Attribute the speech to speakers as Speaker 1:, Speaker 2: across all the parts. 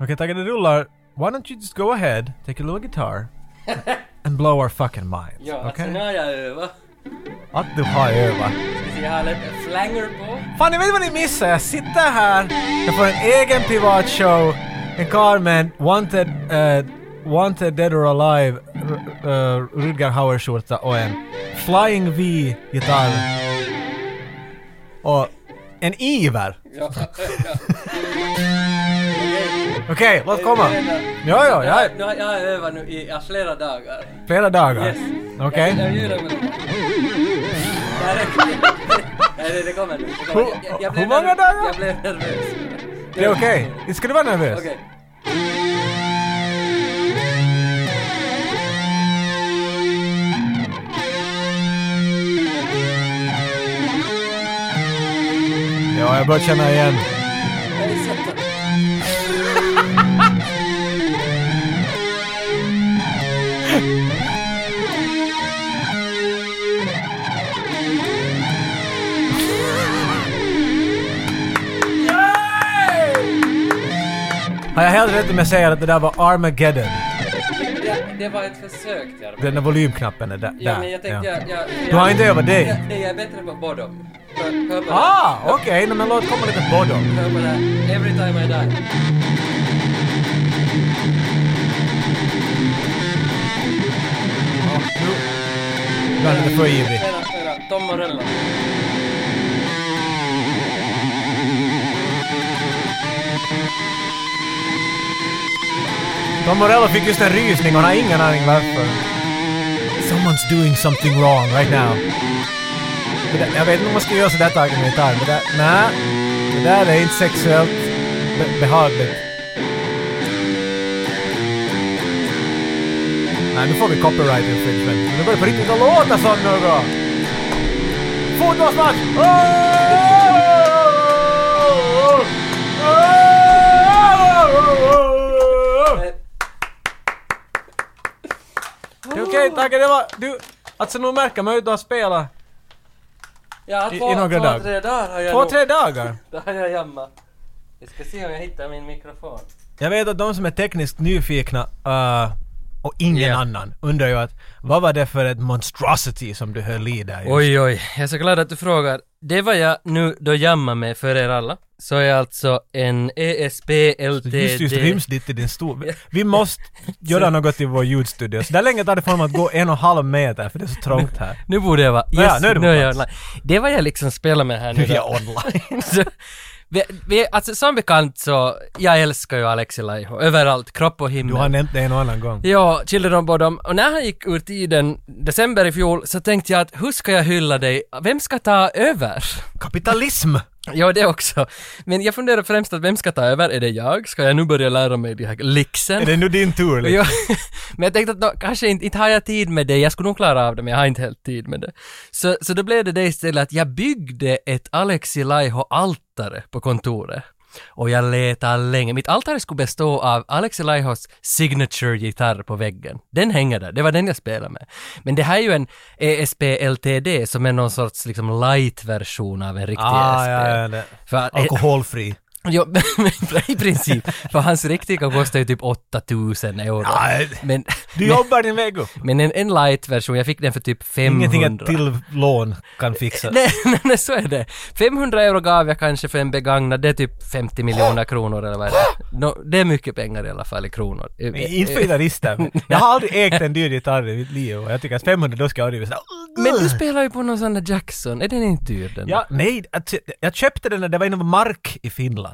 Speaker 1: Okej, tackar det rullar. Why don't you just go ahead, take a little guitar and blow our fucking minds?
Speaker 2: Ja, alltså
Speaker 1: Okej?
Speaker 2: nu har jag övat.
Speaker 1: Att du har övat.
Speaker 2: Ska se, jag har lite flanger på.
Speaker 1: Fan, ni vet vad ni missar? Jag sitter här, jag får en egen privat show, en karl med en wanted, eh, wanted dead or alive r- eh, Rutger Hauer-skjorta och en Flying V-gitarr. Och en iver.
Speaker 2: Ja, ja.
Speaker 1: Okej, låt komma. Ja, ja, ja.
Speaker 2: Nu har jag övat nu i ja, flera dagar.
Speaker 1: Flera dagar.
Speaker 2: Yes.
Speaker 1: Okej.
Speaker 2: Jag, jag ljuger med det. Nej, det- Nej, det, det kommer nu. Det kommer. Jag, jag, jag blev
Speaker 1: Hur många
Speaker 2: nervös.
Speaker 1: dagar?
Speaker 2: Jag blev nervös.
Speaker 1: Det är okej. Inte Ska du vara nervös?
Speaker 2: Okej.
Speaker 1: Ja, jag börjar känna igen.
Speaker 2: Jag är så-
Speaker 1: Har jag helt rätt om jag säger att det där var Armageddon?
Speaker 2: Det, det var ett försök till
Speaker 1: Den där volymknappen är där.
Speaker 2: Ja,
Speaker 1: där.
Speaker 2: men jag tänkte
Speaker 1: Ja.
Speaker 2: jag, jag, jag...
Speaker 1: Du har inte övat dig?
Speaker 2: Jag, nej, jag är bättre på bottom. Hör, hör på det.
Speaker 1: Ah, okej, nej, men låt komma lite på dem.
Speaker 2: Hör på det. här. Every time I die.
Speaker 1: Du är lite för ivrig.
Speaker 2: Spela, spela. Tom Morello.
Speaker 1: Tom Morello fick just en rysning och han har ingen aning varför. Someone's doing something wrong right now. Det där, jag vet inte om man ska göra sådär taget med gitarr, men det där, nej. Det där är inte sexuellt be- behagligt. Nej, nu får vi copyright infringement. Nu börjar det på riktigt att låta som något! Fotbollsmatch! Oh! Oh! Oh! Oh!
Speaker 2: Eh,
Speaker 1: Det är okej, tackar. Det var... Du... Alltså nu märker man ju att du har spelat
Speaker 2: Ja,
Speaker 1: I-
Speaker 2: två,
Speaker 1: i några
Speaker 2: två,
Speaker 1: dagar.
Speaker 2: tre dagar har jag
Speaker 1: två,
Speaker 2: nog.
Speaker 1: tre dagar.
Speaker 2: Då har jag jammat. Vi ska se om jag hittar min mikrofon.
Speaker 1: Jag vet att de som är tekniskt nyfikna eh, och ingen
Speaker 3: Yeah.
Speaker 1: annan undrar ju att vad var det för ett monstrosity som du höll i där just?
Speaker 3: Oj, oj. Jag är så glad att du frågar. Det var jag nu då jammar med för er alla. Så är jag alltså en ESP LTD.
Speaker 1: Just, just ryms ditt i din stol. Vi- Vi måste göra något i vår ljudstudio. Så där länge tar det för mig att gå en och en halv meter för det är så trångt här.
Speaker 3: Nu borde jag vara... Yes,
Speaker 1: Nå ja, nu är du på
Speaker 3: jag
Speaker 1: plats.
Speaker 3: online. Det var jag liksom spelar med här
Speaker 1: Nu
Speaker 3: nu.
Speaker 1: är
Speaker 3: då.
Speaker 1: jag online.
Speaker 3: Så, vi, vi, alltså som bekant så, jag älskar ju Alexi Laiho överallt, kropp och himmel.
Speaker 1: Du har nämnt det en och annan gång.
Speaker 3: Ja, Children of Bodom. Och när han gick ur tiden, december i fjol, så tänkte jag att hur ska jag hylla dig? Vem ska ta över?
Speaker 1: Kapitalism!
Speaker 3: Ja, det också. Men jag funderar främst att vem ska ta över? Är det jag? Ska jag nu börja lära mig de här
Speaker 1: Är
Speaker 3: lixen?
Speaker 1: det nu din tur? Liksom?
Speaker 3: Ja, men jag tänkte att då, kanske inte, inte har jag tid med det, jag skulle nog klara av det men jag har inte helt tid med det. Så, så då blev det det istället att jag byggde ett Alexi Laiho-altare på kontoret. Och jag letade länge. Mitt altare skulle bestå av Alexi Laihos signature-gitarr på väggen. Den hänger där, det var den jag spelade med. Men det här är ju en E ESP LTD som är någon sorts liksom light-version av en riktig
Speaker 1: Ah,
Speaker 3: ESP.
Speaker 1: ja, ja, det.
Speaker 3: För att-
Speaker 1: Alkoholfri.
Speaker 3: Ja, men, men i princip. För hans riktiga kostar ju typ 8000 euro.
Speaker 1: Nej.
Speaker 3: Men,
Speaker 1: Du jobbar din väg upp.
Speaker 3: men en, en light-version, jag fick den för typ 500.
Speaker 1: Ingenting ett till lån kan fixa.
Speaker 3: Nej, nej, nej, så är det. 500 euro gav jag kanske för en begagnad, det är typ 50 miljoner kronor eller vad är det? No, det är mycket pengar i alla fall i kronor. Eh,
Speaker 1: Nej, Inte för gitarrister. Jag har aldrig ägt en dyr gitarr i mitt liv och jag tycker att 500 då ska jag aldrig bli sådär...
Speaker 3: Men du spelar ju på någon sån där Jackson, är den inte dyr den?
Speaker 1: Ja, nej, att- jag köpte den när det var inom mark i Finland.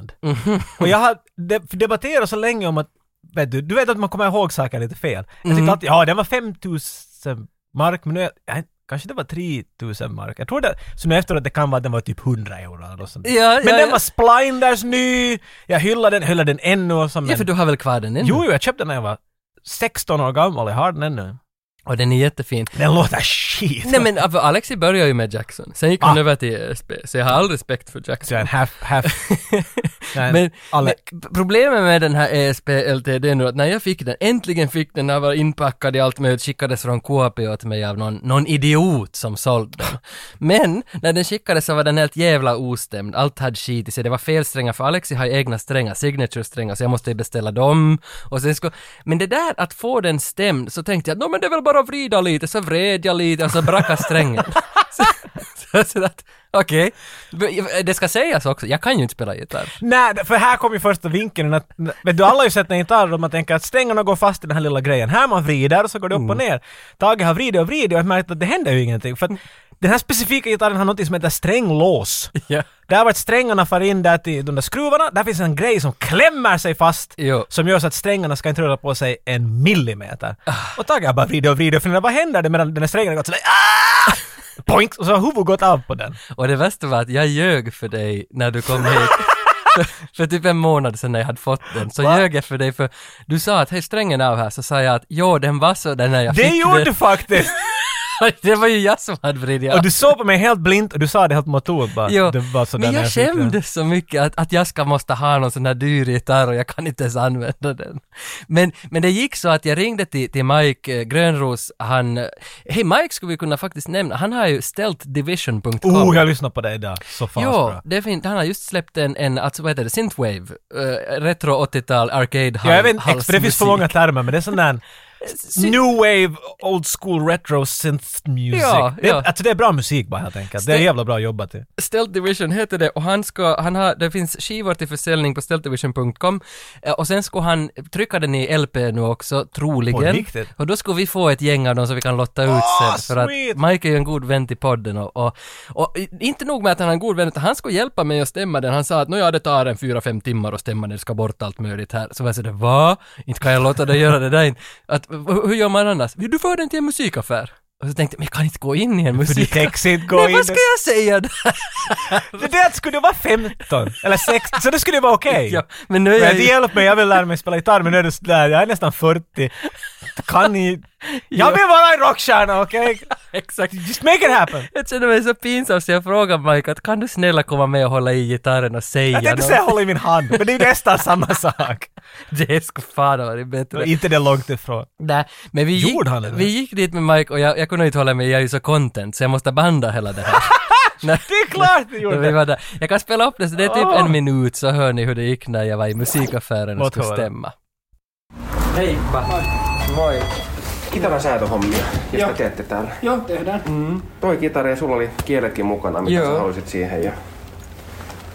Speaker 1: Och jag har de- debatterat så länge om att, vet du, du vet att man kommer ihåg saker lite fel. Jag
Speaker 3: Mhm.
Speaker 1: tyckte alltid, ja den var 5000 mark, men nu är jag, kanske det var 3000 mark. Jag tror det, så nu efteråt det kan vara att den var typ 100 euro eller något sånt.
Speaker 3: Ja,
Speaker 1: men
Speaker 3: ja,
Speaker 1: den
Speaker 3: ja.
Speaker 1: var splinders ny, jag hyllar den, hyllar den ännu och som
Speaker 3: Ja, för du har väl kvar den ännu?
Speaker 1: Jo, jo, jag köpte den när jag var 16 år gammal, jag har den ännu.
Speaker 3: Och den är jättefin.
Speaker 1: Den låter skit.
Speaker 3: Nej men av- Alexi började ju med Jackson, sen gick hon
Speaker 1: Ah.
Speaker 3: över till ESP, så jag har all respekt för
Speaker 1: Så jag är
Speaker 3: Jackson.
Speaker 1: en half, half... Nej,
Speaker 3: Men, men
Speaker 1: Alec.
Speaker 3: p- problemet med den här E ESP LTD nu att när jag fick den, äntligen fick den när jag var inpackad i allt möjligt, skickades från KP åt mig av någon, någon idiot som sålde den. Men när den skickades så var den helt jävla ostämd, allt hade skit i sig, det var fel strängar för Alexi har ju egna strängar, signature-strängar, så jag måste ju beställa dem. Och sen ska... Men det där att få den stämd, så tänkte jag att "Nå, men det är väl bara att vrida lite, så vred jag lite och så brackade strängen. så, så, så att, okej. Det ska sägas också, jag kan ju inte spela gitarr.
Speaker 1: Nej, för här kom ju första vinkeln att, vet du alla har ju sett en gitarr och man tänker att strängarna går fast i den här lilla grejen. Här man vrider och så går det upp och ner. Tage har vridit och vridit och jag har märkt att det händer ju ingenting. För att den här specifika gitarren har något som heter stränglås.
Speaker 3: Ja.
Speaker 1: Där vart strängarna far in där till de där skruvarna, där finns en grej som klämmer sig fast
Speaker 3: Jo.
Speaker 1: som gör så att strängarna ska inte röra på sig en millimeter. Och Tage har bara vridit och vridit och funderat vad händer det medan den där strängen har gått sådär "Ah!" Poink! Och så har huvudet gått av på den.
Speaker 3: Och det värsta var att jag ljög för dig när du kom hit. för, för typ en månad sedan när jag hade fått den, så ljög jag för dig för du sa att hej strängen av här, så sa jag att jo den var så där när jag
Speaker 1: Det
Speaker 3: fick
Speaker 1: gjorde du
Speaker 3: den.
Speaker 1: faktiskt!
Speaker 3: det var ju jag som hade vridit av.
Speaker 1: Och du såg på mig helt blint och du sa det helt motor bara.
Speaker 3: Jo,
Speaker 1: det var så
Speaker 3: men
Speaker 1: där när
Speaker 3: jag
Speaker 1: fick den.
Speaker 3: skämdes så mycket att, att jag ska måste ha någon sån här dyr gitarr och jag kan inte ens använda den. Men, men det gick så att jag ringde till, till Mike eh, Grönros, han... eh, Hej Mike skulle vi kunna faktiskt nämna, han har ju ställt division.com.
Speaker 1: Oh, jag lyssnade på dig idag. Så fan så
Speaker 3: Jo,
Speaker 1: bra.
Speaker 3: det är fint. Han har just släppt en, en alltså, vad heter det, Synthwave, eh, retro 80-tal arcade
Speaker 1: Ja, jag vet
Speaker 3: hals-
Speaker 1: inte, för det finns för
Speaker 3: musik.
Speaker 1: många termer men det är sån där new wave, old school retro synth music.
Speaker 3: Ja,
Speaker 1: det, är-
Speaker 3: ja.
Speaker 1: Alltså det är bra musik bara helt enkelt. Det är
Speaker 3: Ste-
Speaker 1: jävla bra jobbat det.
Speaker 3: Stealth Division heter det och han ska, han har, det finns skivor till försäljning på stealthdivision.com eh, och sen ska han trycka den i LP nu också, troligen.
Speaker 1: På riktigt?
Speaker 3: Och då ska vi få ett gäng av dem som vi kan lotta ut
Speaker 1: Åh,
Speaker 3: sen. För att
Speaker 1: sweet!
Speaker 3: Mike är ju en god vän till podden och, och, och i- inte nog med att han är en god vän, utan han ska hjälpa mig att stämma den. Han sa att "Nå ja, det tar en fyra fem timmar att stämma den, det ska bort allt möjligt här. Så jag sa va? Inte kan jag låta dig göra det där. in." Att, hur hur gör man annars? Du för den till en musikaffär. Och så tänkte jag, men jag kan inte gå in i en
Speaker 1: För du
Speaker 3: musik...
Speaker 1: tänker inte gå
Speaker 3: Nej,
Speaker 1: in...
Speaker 3: vad ska jag säga där?
Speaker 1: Det där skulle vara 15 eller 16, så det skulle vara okej.
Speaker 3: Ja, men nu är
Speaker 1: Men
Speaker 3: jag
Speaker 1: det
Speaker 3: ju...
Speaker 1: hjälper mig, jag vill lära mig spela gitarr men nu är det sådär, jag är nästan 40. Kan ni... Jag vill vara en rockstjärna, okej?
Speaker 3: Exakt.
Speaker 1: Just make it happen!
Speaker 3: Jag känner mig så pinsam så jag frågar Mike att kan du snälla komma med och hålla i gitarren och säga
Speaker 1: Jag tänkte säga håll i min hand, men det är ju nästan samma sak.
Speaker 3: Det skulle fan ha varit bättre.
Speaker 1: Inte det långt ifrån.
Speaker 3: Nej, men vi gick,
Speaker 1: Gjorde han det?
Speaker 3: vi gick dit med Mike och jag, jag kunde inte hålla mig, jag är ju så content så jag måste banda hela det här. Nej.
Speaker 1: Det är klart du gjorde
Speaker 3: Vi
Speaker 1: det!
Speaker 3: var där. Jag kan spela upp det, så det är typ
Speaker 1: Åh.
Speaker 3: en minut så hör ni hur det gick när jag var i musikaffären och
Speaker 1: Låt
Speaker 3: skulle
Speaker 1: höra.
Speaker 3: stämma.
Speaker 2: Heippa. Moi.
Speaker 4: Kitaran säätöhommia, josta Joo. teette täällä. Mm.
Speaker 2: Joo, tehdään.
Speaker 4: Toi kitara ja sulla oli kieletkin mukana, mitä
Speaker 3: Joo.
Speaker 4: sä halusit siihen. Ja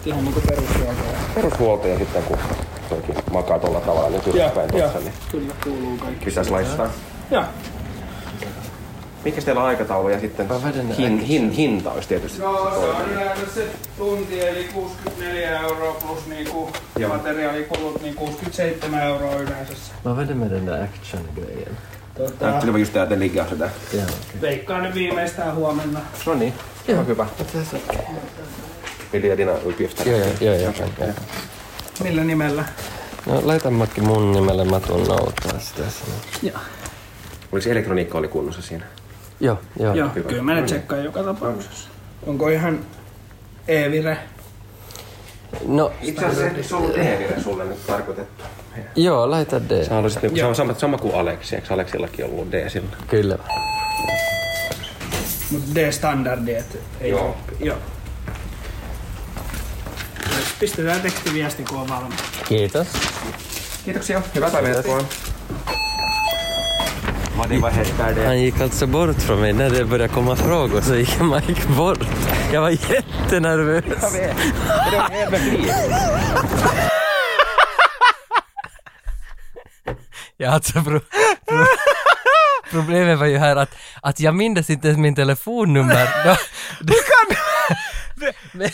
Speaker 2: Ihan niinku perusruokaa.
Speaker 4: perushuolto ja sitten kun toikin makaa tuolla tavalla nyt ylöspäin tuossa, niin
Speaker 2: Kyllä kuuluu kaikki.
Speaker 4: pitäis laittaa.
Speaker 2: Joo.
Speaker 4: Mikäs teillä on aikataulu ja sitten hin, hin, hinta olisi tietysti
Speaker 5: No
Speaker 4: se
Speaker 5: se
Speaker 4: toinen.
Speaker 5: on yleensä se tunti, eli 64 euroa plus niinku
Speaker 4: Joo.
Speaker 5: materiaalikulut, niin 67 euroa yleensä. se.
Speaker 3: Vad var det med den där action-grejen?
Speaker 5: Tota,
Speaker 4: Ajattelin vaan just täältä liikaa sitä.
Speaker 5: veikkaan ne viimeistään huomenna.
Speaker 4: No niin, se on hyvä. Miljardina ypiöstä.
Speaker 3: Joo, joo, joo, joo.
Speaker 5: Millä nimellä?
Speaker 3: No laita Matti mun nimelle, mä tuun nautaa sitä sen.
Speaker 4: Oliko elektroniikka oli kunnossa siinä?
Speaker 3: Joo, joo.
Speaker 5: Joo, kyllä
Speaker 4: Mm.
Speaker 5: mä ne tsekkaan joka tapauksessa. Onko ihan e-vire?
Speaker 3: No,
Speaker 4: Itse asiassa se on ollut Eerille sulle nyt tarkoitettu.
Speaker 3: Joo, laita D.
Speaker 4: Sä haluaisit, niinku, se on sama, sama kuin Aleksi, eikö Aleksillakin ollut D sillä?
Speaker 3: Kyllä.
Speaker 5: Mut D-standardi, et ei
Speaker 4: Joo.
Speaker 5: oo- Joo. Pistetään tekstiviesti, kun on valmis.
Speaker 3: Kiitos.
Speaker 4: Kiitoksia, hyvää päivää jatkoa. Mati vaiheittaa
Speaker 3: Han gick alltså bort från mig. När det började komma frågor så gick Mike bort. Jag var jättenervös. Ja, alltså pro, pro, problemet var ju här att, att jag mindes inte ens min telefonnummer. Då,
Speaker 1: Du kan... Du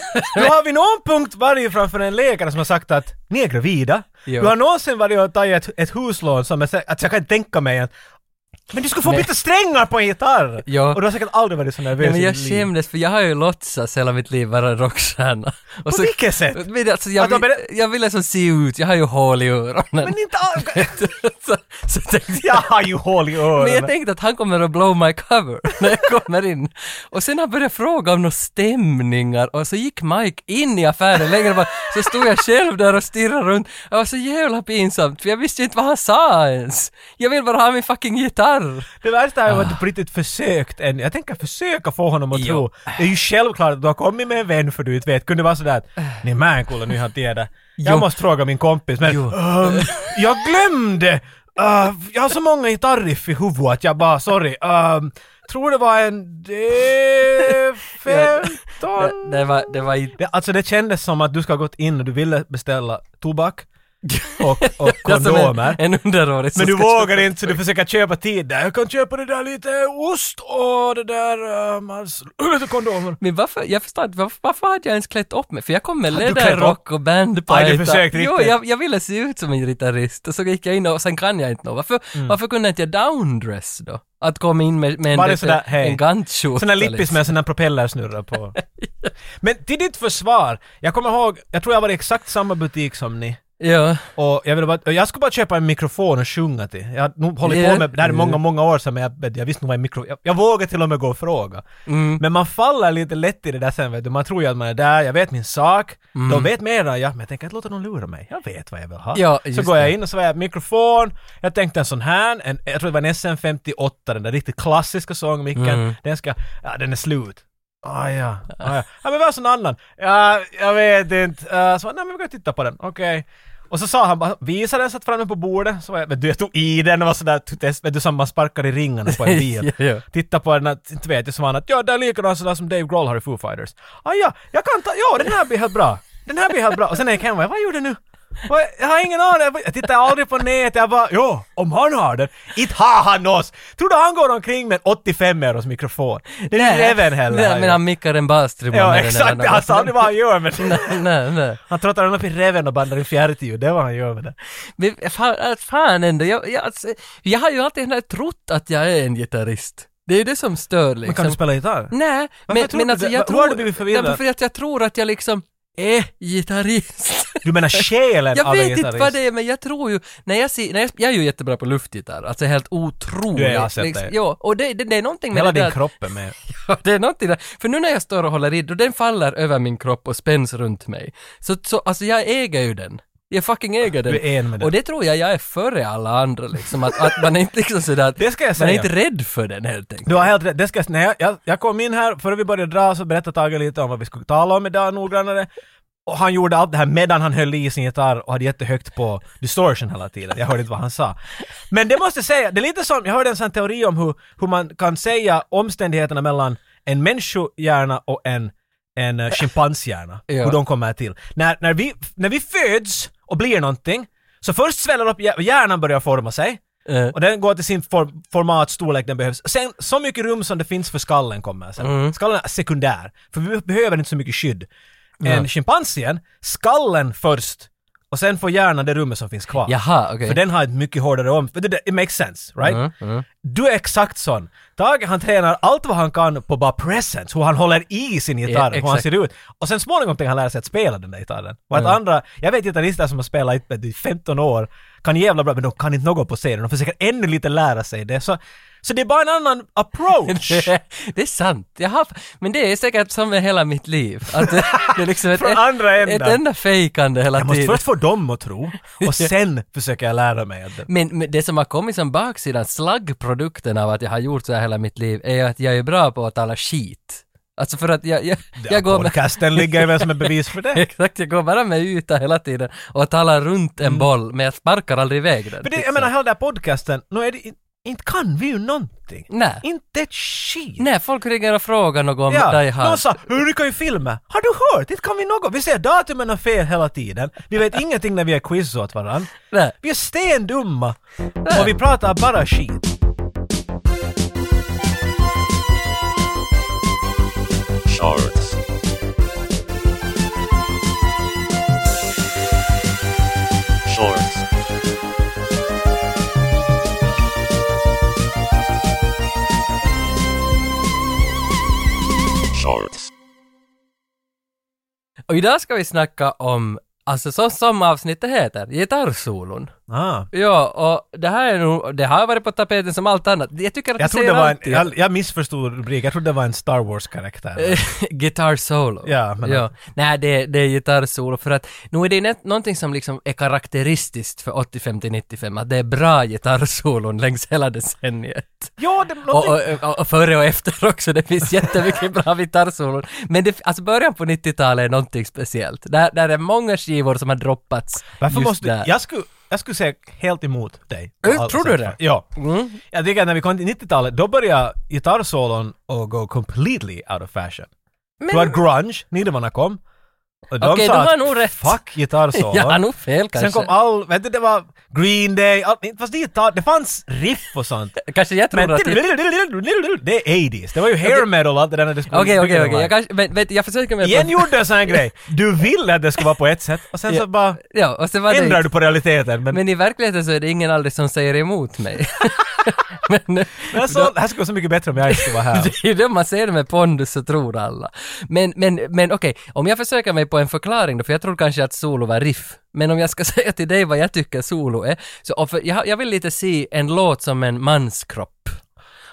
Speaker 1: har vid någon punkt varit framför en läkare som har sagt att ni är gravida.
Speaker 3: Jo.
Speaker 1: Du har någonsin varit och tagit ett, ett huslån som är sä- att jag kan inte tänka mig att Men du skulle få byta strängar på en gitarr!
Speaker 3: Ja.
Speaker 1: Och du har säkert aldrig varit så nervös
Speaker 3: Ja, men
Speaker 1: i
Speaker 3: jag
Speaker 1: ditt liv.
Speaker 3: skämdes för jag har ju låtsats hela mitt liv vara rockstjärna. Och
Speaker 1: På vilket sätt?
Speaker 3: Men alltså, jag,
Speaker 1: Att de
Speaker 3: vill, jag ville så se ut, jag har ju hål i öronen.
Speaker 1: Men inte all...
Speaker 3: så, så tänkte jag,
Speaker 1: Jag har ju hål i
Speaker 3: men jag
Speaker 1: öronen!
Speaker 3: tänkte att han kommer att blow my cover när jag kommer in. Och sen han började fråga om några stämningar och så gick Mike in i affären längre bak. Så stod jag själv där och stirrade runt. Det var så jävla pinsamt för jag visste ju inte vad han sa ens. Jag vill bara ha min fucking gitarr.
Speaker 1: Det värsta är ju att du på riktigt försökt än. Jag tänker försöka få honom att
Speaker 3: Ah. Jo.
Speaker 1: tro. Det är ju självklart att du har kommit med en vän för du inte vet. Kunde vara sådär att nej men kolla nu han tiedä. Jag
Speaker 3: Ah. Jo.
Speaker 1: måste fråga min kompis men
Speaker 3: Jo.
Speaker 1: "Ehm, jag glömde! Äh, jag har så många gitarriff i huvudet att jag bara sorry. ehm, tror det var en D15?
Speaker 3: Det, det var, det var inte...
Speaker 1: Det, alltså det kändes som att du ska ha gått in och du ville beställa tobak och, och
Speaker 3: Det är som
Speaker 1: kondomer.
Speaker 3: Alltså, En, en underårig som
Speaker 1: Men du
Speaker 3: ska
Speaker 1: vågar
Speaker 3: köpa-
Speaker 1: inte så du försöker köpa tid där. Jag kan köpa det där lite ost och det där uh, lite kondomer.
Speaker 3: Men varför, jag förstår inte, varför, varför hade jag ens klätt upp mig? För jag kom med
Speaker 1: du klätt
Speaker 3: läderrock och bandpajta.
Speaker 1: Aj, du försökte
Speaker 3: Jo,
Speaker 1: riktigt.
Speaker 3: jag, jag ville se ut som en gitarrist. Och så gick jag in och sen kan jag inte nå. Varför, varför kunde inte jag downdress då? Att komma in med, med en,
Speaker 1: Mm. Bara sådär, hej.
Speaker 3: en gantskjorta. liksom.
Speaker 1: Sån där lippis med sån där propellersnurra på. Men till ditt försvar, jag kommer ihåg, jag tror jag var i exakt samma butik som ni.
Speaker 3: Ja,
Speaker 1: Och jag, ville bara, och jag skulle bara köpa en mikrofon och sjunga till. Jag har nog hållit
Speaker 3: Ja.
Speaker 1: på med det här i många, många år sedan men jag, vet- jag visste nog vad en mikro... Jag, jag vågade till och med gå och fråga.
Speaker 3: Mm.
Speaker 1: Men man faller lite lätt i det där sen vet du. Man tror ju att man är där, jag vet min sak. De vet mer än jag, men jag tänker inte låta dem lura mig. Jag vet vad jag vill ha.
Speaker 3: Mm. Ja,
Speaker 1: så
Speaker 3: just
Speaker 1: går jag
Speaker 3: det.
Speaker 1: in och så var jag mikrofon. Jag tänkte en sån här, en, jag tror det var en SM58, den där riktigt klassiska sångmicken.
Speaker 3: Mm.
Speaker 1: Den ska... Ja, den är slut. Ah, ja. Ah, ja. ja, men vad är sån annan? Ja, jag vet inte. Uh, så, nej men vi kan titta på den, okej. Och så sa han bara, visa den, satt fram den på bordet. Så var jag, men du, jag tog i den och var sådär, tu- test- vet du som man sparkar i ringarna på en bil.
Speaker 3: Ja, ja.
Speaker 1: Titta på den, att, inte vet jag, så var han att, ja, där är likadan sådär som Dave Grohl har i Foo Fighters. Ah, ja, jag kan ta, ja, den här blir helt bra. Den här blir helt bra. Och sen när jag gick hem, var jag, vad gjorde jag nu? Vad- Jag har ingen aning, jag tittar aldrig på nätet, jag bara jo, om han har den, inte har han oss! Tror du han går omkring med en 85 euros mikrofon? Den är även heller.
Speaker 3: Nej,
Speaker 1: han
Speaker 3: men
Speaker 1: gör.
Speaker 3: han mickar en bastrumma
Speaker 1: Ja,
Speaker 3: med den eller
Speaker 1: exakt. Alltså,
Speaker 3: något.
Speaker 1: Han sa aldrig vad han gör med det.
Speaker 3: Nej, nej, nej.
Speaker 1: Han trottar den upp i reven och bandar in fjärrtio. Det är vad han gör med det.
Speaker 3: Men fan, äh, fan ändå, jag, jag, alltså, jag har ju alltid ändå trott att jag är en gitarrist. Det är ju det som stör liksom.
Speaker 1: Men kan du spela gitarr?
Speaker 3: Nej, men,
Speaker 1: tror
Speaker 3: men
Speaker 1: du
Speaker 3: alltså
Speaker 1: det?
Speaker 3: jag
Speaker 1: Hur
Speaker 3: tror...
Speaker 1: har du blivit förvirrad?
Speaker 3: Därför att jag tror att jag liksom är gitarrist.
Speaker 1: Du menar själen
Speaker 3: Jag
Speaker 1: av en
Speaker 3: vet inte vad
Speaker 1: gitarrist?
Speaker 3: det är, men jag tror ju, när jag ser, när jag, jag är ju jättebra på luftgitarr, alltså helt otroligt.
Speaker 1: Du är- jag har sett
Speaker 3: liksom.
Speaker 1: det.
Speaker 3: Ja, och det, det, det är någonting med
Speaker 1: Hela
Speaker 3: det
Speaker 1: din
Speaker 3: där,
Speaker 1: kropp är med.
Speaker 3: Ja, det är någonting där, för nu när jag står och håller i, då den faller över min kropp och spänns runt mig. Så, så alltså jag äger ju den. Jag fucking äger den.
Speaker 1: Du är en med den.
Speaker 3: Och det tror jag jag är före alla andra liksom, att, att man är inte liksom sådär,
Speaker 1: Det ska jag
Speaker 3: man är
Speaker 1: säga.
Speaker 3: inte rädd för den helt enkelt.
Speaker 1: Du har helt rätt. Det ska, nej, jag, jag kom in här, före vi började dra så berättade Tage lite om vad vi skulle tala om idag noggrannare. Och han gjorde allt det här medan han höll i sin gitarr och hade jättehögt på distortion hela tiden. Jag hörde inte vad han sa. Men det måste jag säga, det är lite som, jag hörde en sån teori om hur, hur man kan säga omständigheterna mellan en människohjärna och en, en uh, schimpanshjärna.
Speaker 3: Ja.
Speaker 1: Hur de kommer till. När, när, vi, när vi föds och blir någonting, så först sväller upp hjär- hjärnan börjar forma sig.
Speaker 3: Eh.
Speaker 1: Och den går till sin form, format, storlek den behövs. Sen, så mycket rum som det finns för skallen kommer sen.
Speaker 3: Mm.
Speaker 1: Skallen är sekundär, för vi behöver inte så mycket skydd. En schimpansen, skallen först, och sen får hjärnan det rummet som finns kvar.
Speaker 3: Jaha, okej. Mm,
Speaker 1: För den har ett mycket hårdare om... för det- It makes sense, right? Du är exakt sån. Tage han tränar allt vad han kan på bara presence, hur han håller i sin gitarr, hur han
Speaker 3: exakt.
Speaker 1: ser ut. Och sen småningom tänker han lära sig att spela den där gitarren. Och
Speaker 3: Mm.
Speaker 1: att andra, jag vet gitarrister som har spelat i vet du, 15 år, kan jävla bra men de kan inte något på scenen. De försöker ännu lite lära sig det. Så, så det är bara en annan approach.
Speaker 3: det är sant. Jag har, men det är säkert som med hela mitt liv. Att det, det är liksom ett,
Speaker 1: Från andra
Speaker 3: ett,
Speaker 1: änden.
Speaker 3: enda fejkande hela
Speaker 1: Jag måste
Speaker 3: tiden.
Speaker 1: först få dem att tro, och sen försöker jag lära mig att...
Speaker 3: Men, men det som har kommit som baksidan, slaggprodukten av att jag har gjort så här hela mitt liv, är att jag är bra på att tala skit. Alltså för att jag, jag, jag går med...
Speaker 1: Podcasten ligger väl som ett bevis för det.
Speaker 3: Exakt, jag går bara med yta hela tiden och talar runt en boll, men jag sparkar aldrig iväg den.
Speaker 1: För Mm. det, jag
Speaker 3: liksom.
Speaker 1: menar, hela den här podcasten, nu är det, in- inte kan vi ju någonting.
Speaker 3: Nej.
Speaker 1: Inte ett skit.
Speaker 3: Nej, folk ringer och frågar något om Die
Speaker 1: Ja,
Speaker 3: Hard.
Speaker 1: någon sa ”Hur rycker ju filmer?” Har du hört? Inte kan vi något. Vi ser datumen och fel hela tiden. Vi vet ingenting när vi är quiz åt varann.
Speaker 3: Nej.
Speaker 1: Vi är stendumma. Och vi pratar bara skit.
Speaker 6: Shorts. Shorts.
Speaker 3: Och idag ska vi snacka om, alltså så som avsnittet heter, gitarrsolon.
Speaker 1: Ah.
Speaker 3: Ja, och det här är nog, det har varit på tapeten som allt annat. Jag tycker att
Speaker 1: Jag
Speaker 3: det
Speaker 1: trodde
Speaker 3: säger
Speaker 1: det var en,
Speaker 3: alltid.
Speaker 1: jag, jag missförstod rubriken, jag trodde det var en Star
Speaker 3: Eh.
Speaker 1: Wars-karaktär.
Speaker 3: Guitar solo.
Speaker 1: Ja, men-
Speaker 3: ja. Nej, det, det är gitarrsolo för att nu är det nä- någonting som liksom är karaktäristiskt för 85 till 95, att det är bra gitarrsolon längs hela decenniet.
Speaker 1: ja, det
Speaker 3: Och,
Speaker 1: någonting...
Speaker 3: och, och, och före och efter också, det finns jättemycket bra gitarrsolon. Men det, alltså början på 90-talet är någonting speciellt. Där, där är många skivor som har droppats
Speaker 1: Varför
Speaker 3: just
Speaker 1: måste du...
Speaker 3: där.
Speaker 1: Jag skulle, jag skulle säga helt emot dig.
Speaker 3: Ö,
Speaker 1: Alltså,
Speaker 3: tror du det? Mm.
Speaker 1: Ja. Jag tycker att när vi kom till 90-talet, då började gitarrsolon och go completely out of fashion. Du
Speaker 3: Men
Speaker 1: hade grunge, Nirvana kom. Och de
Speaker 3: Okej,
Speaker 1: sa
Speaker 3: du har
Speaker 1: att,
Speaker 3: nog rätt.
Speaker 1: fuck gitarrsolon.
Speaker 3: jag har nog fel kanske.
Speaker 1: Sen kom all, vet du, det var Green Day, all, fast det, gitarr- det fanns riff och sånt.
Speaker 3: Kanske jag tror
Speaker 1: Men
Speaker 3: att... jag-
Speaker 1: det är 80s, det var ju hair metal och allt det där när det skulle...
Speaker 3: Okej, okej, okej. Jag kanske- men- vet du, Jag försöker med...
Speaker 1: Igen gjorde jag en sån här grej! Du ville att det skulle vara på ett sätt och sen
Speaker 3: Ja.
Speaker 1: så bara
Speaker 3: Ja, och så var det...
Speaker 1: ändrar du på realiteten. Men, men,
Speaker 3: Men i verkligheten så är det ingen aldrig som säger emot mig. men,
Speaker 1: alltså, det här skulle vara så mycket bättre om jag inte skulle vara här.
Speaker 3: det är det man ser det med pondus så tror alla. Men, men, men okej, om jag försöker mig på en förklaring då, för jag tror kanske att solo var riff. Men om jag ska säga till dig vad jag tycker solo är, så och för, jag, jag vill lite se en låt som en manskropp.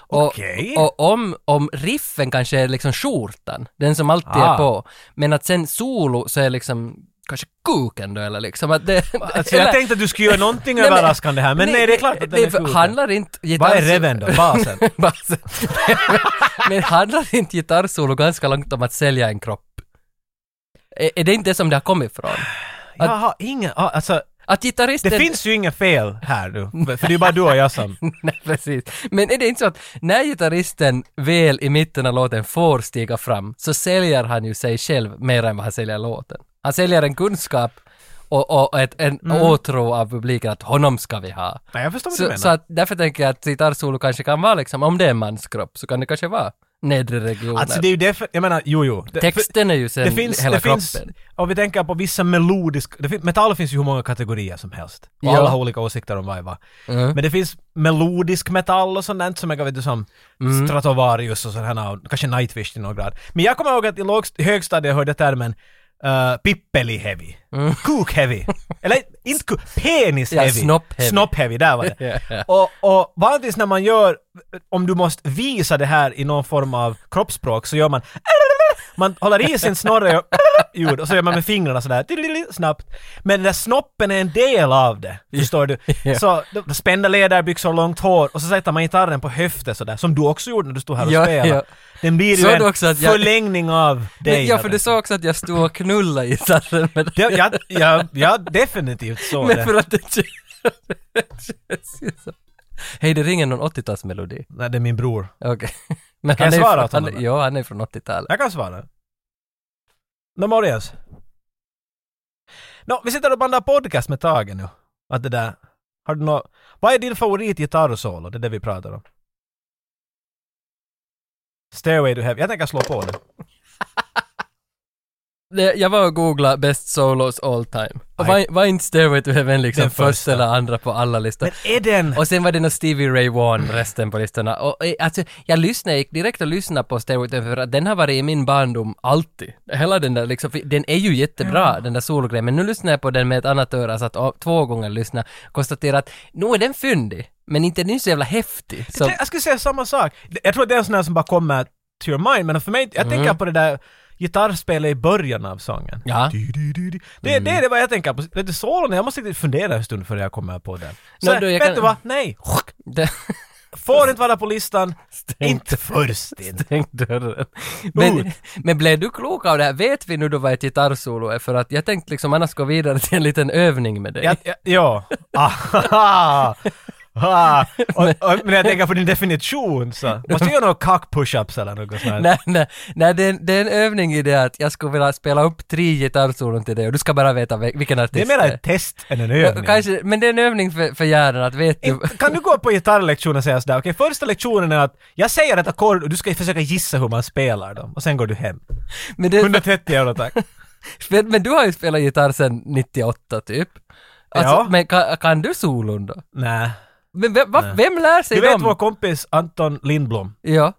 Speaker 3: Och,
Speaker 1: Okej.
Speaker 3: och om, om riffen kanske är liksom skjortan, den som alltid
Speaker 1: Ah.
Speaker 3: är på. Men att sen solo så är liksom kanske kuken då eller liksom att det...
Speaker 1: Alltså, jag tänkte att du skulle göra någonting
Speaker 3: Nej, men-
Speaker 1: överraskande här, men nej, det är klart att den är sjuk.
Speaker 3: Handlar inte gitarr...
Speaker 1: Vad är reven då? Basen?
Speaker 3: Basen. men, men handlar inte gitarrsolo ganska långt om att sälja en kropp? Är, är det inte det som det har kommit ifrån?
Speaker 1: Jag har ingen... ah, Alltså,
Speaker 3: Att
Speaker 1: det
Speaker 3: gitarristen...
Speaker 1: finns ju inga fel här nu. För det är bara du och jag som...
Speaker 3: Nej, precis. Men är det inte så att när gitarristen väl i mitten av låten får stiga fram så säljer han ju sig själv mer än vad han säljer låten. Han säljer en kunskap och, och ett, en åtrå av publiken att honom ska vi ha.
Speaker 1: Mm. Nej, jag förstår vad du
Speaker 3: Så,
Speaker 1: menar.
Speaker 3: så att därför tänker jag att gitarrsolo kanske kan vara liksom, om det är en manskropp så kan det kanske vara nedre regioner.
Speaker 1: Alltså det är ju därför, jag menar, jo jo. Det,
Speaker 3: Texten är ju sen
Speaker 1: det finns,
Speaker 3: hela
Speaker 1: det
Speaker 3: kroppen.
Speaker 1: finns, om vi tänker på vissa melodiska, det fin, metall finns ju hur många kategorier som helst. Och
Speaker 3: Ja. Mm.
Speaker 1: alla har olika åsikter om vad det var. Men det finns melodisk metall och sånt där som jag vet du som
Speaker 3: Mm.
Speaker 1: Stratovarius och sådana, och kanske Nightwish till någon grad. Men jag kommer ihåg att i lågst, högstadiet hörde jag termen Uh, pippeli heavy. Kuk heavy. Eller inte kuk, penis
Speaker 3: Mm. Ja,
Speaker 1: heavy.
Speaker 3: snopp heavy.
Speaker 1: Snopp heavy, där var det. Och, och vanligtvis när man gör, om du måste visa det här i någon form av kroppsspråk så gör man man håller i sin snorre och ljud och så gör man med fingrarna sådär tiddeli, snabbt. Men den där snoppen är en del av det, förstår du? Så då- spända ledarbyxor och långt hår och så sätter man gitarren på höften sådär, som du också gjorde när du stod här och
Speaker 3: Ja,
Speaker 1: spelade.
Speaker 3: ja.
Speaker 1: Den blir ju
Speaker 3: Såg
Speaker 1: en
Speaker 3: du också att jag-
Speaker 1: förlängning av dig.
Speaker 3: Men, ja, för du
Speaker 1: Henrik.
Speaker 3: sa också att jag stod och knullade gitarren med
Speaker 1: Det- jag, jag, jag definitivt såg
Speaker 3: Men
Speaker 1: det.
Speaker 3: för att det känns ju så. Hej, det ringer någon 80-talsmelodi.
Speaker 1: Nej, det är min bror.
Speaker 3: Okej. Men
Speaker 1: Kan jag
Speaker 3: är ju
Speaker 1: svara
Speaker 3: från-
Speaker 1: åt honom
Speaker 3: han-
Speaker 1: då?
Speaker 3: Ja, han är från 80-talet.
Speaker 1: Jag kan svara. Nå, Morjens. Nå, vi sitter och bandar podcast med Tage nu. Att det där... Har du nå... Vad är din favorit gitarrsolo? Det är det vi pratar om. Stairway to heaven. Jag tänker slå på det.
Speaker 3: Det- Jag var och googlade best solos all time. Och
Speaker 1: Aj.
Speaker 3: var, var inte Stairway to Heaven liksom
Speaker 1: Den
Speaker 3: första.
Speaker 1: första.
Speaker 3: eller andra på alla listor?
Speaker 1: Men är den...
Speaker 3: Och sen var det nog Stevie Ray Vaughan resten på listorna. Och eh, alltså, jag lyssnade, jag gick direkt och lyssnade på Stairway to Heaven för att den har varit i min barndom alltid. Hela den där liksom, för den är ju jättebra, den där solgrejen. Men nu lyssnar jag på den med ett annat öra, så att ja, två gånger lyssna. Konstaterar att nu är den fyndig, men inte den är så jävla häftig. Så,
Speaker 1: Jag skulle säga samma sak. Jag tror att det är en sån här som bara kommer to your mind, men för mig, jag
Speaker 3: Mm.
Speaker 1: tänker på det där gitarrspelet i början av sången.
Speaker 3: Ja. Mm.
Speaker 1: Du, du, du, du. Det, det är det vad jag tänker på. Det är solon, jag måste riktigt fundera en stund före jag kommer på den. Så,
Speaker 3: Nå, då, jag
Speaker 1: vet
Speaker 3: kan-
Speaker 1: du vad? Nej!
Speaker 3: den,
Speaker 1: Får inte vara på listan.
Speaker 3: Stäng-
Speaker 1: Inte först in.
Speaker 3: Stäng dörren. Men,
Speaker 1: Ut.
Speaker 3: men blev du klok av det här? Vet vi nu då vad ett gitarrsolo är? För att jag tänkte liksom annars gå vidare till en liten övning med dig.
Speaker 1: Ja, ja, ja. Aha. Ah. Och, och, men jag tänker på din definition så. Måste jag göra några cock push-ups eller något sånt? här?
Speaker 3: Nej, nej, nej det, är en, det är en övning i det att jag skulle vilja spela upp tre gitarrsolon till dig och du ska bara veta vil- vilken
Speaker 1: Det är
Speaker 3: artist
Speaker 1: mer ett test än en
Speaker 3: Ja,
Speaker 1: övning.
Speaker 3: Kanske, men det är en övning för, för hjärnan att vet du...
Speaker 1: Inte- Kan du gå på gitarrlektionen och säga sådär, okej första lektionen är att jag säger ett ackord och du ska försöka gissa hur man spelar dem och sen går du hem.
Speaker 3: Men, det,
Speaker 1: 130 euro tack.
Speaker 3: men, men du har ju spelat gitarr sedan 98 typ. Alltså,
Speaker 1: Ja.
Speaker 3: Men kan, kan du solon då?
Speaker 1: Nej.
Speaker 3: Men vem, va, vem lär sig
Speaker 1: Du vet
Speaker 3: dem?
Speaker 1: vår kompis Anton Lindblom
Speaker 3: Ja.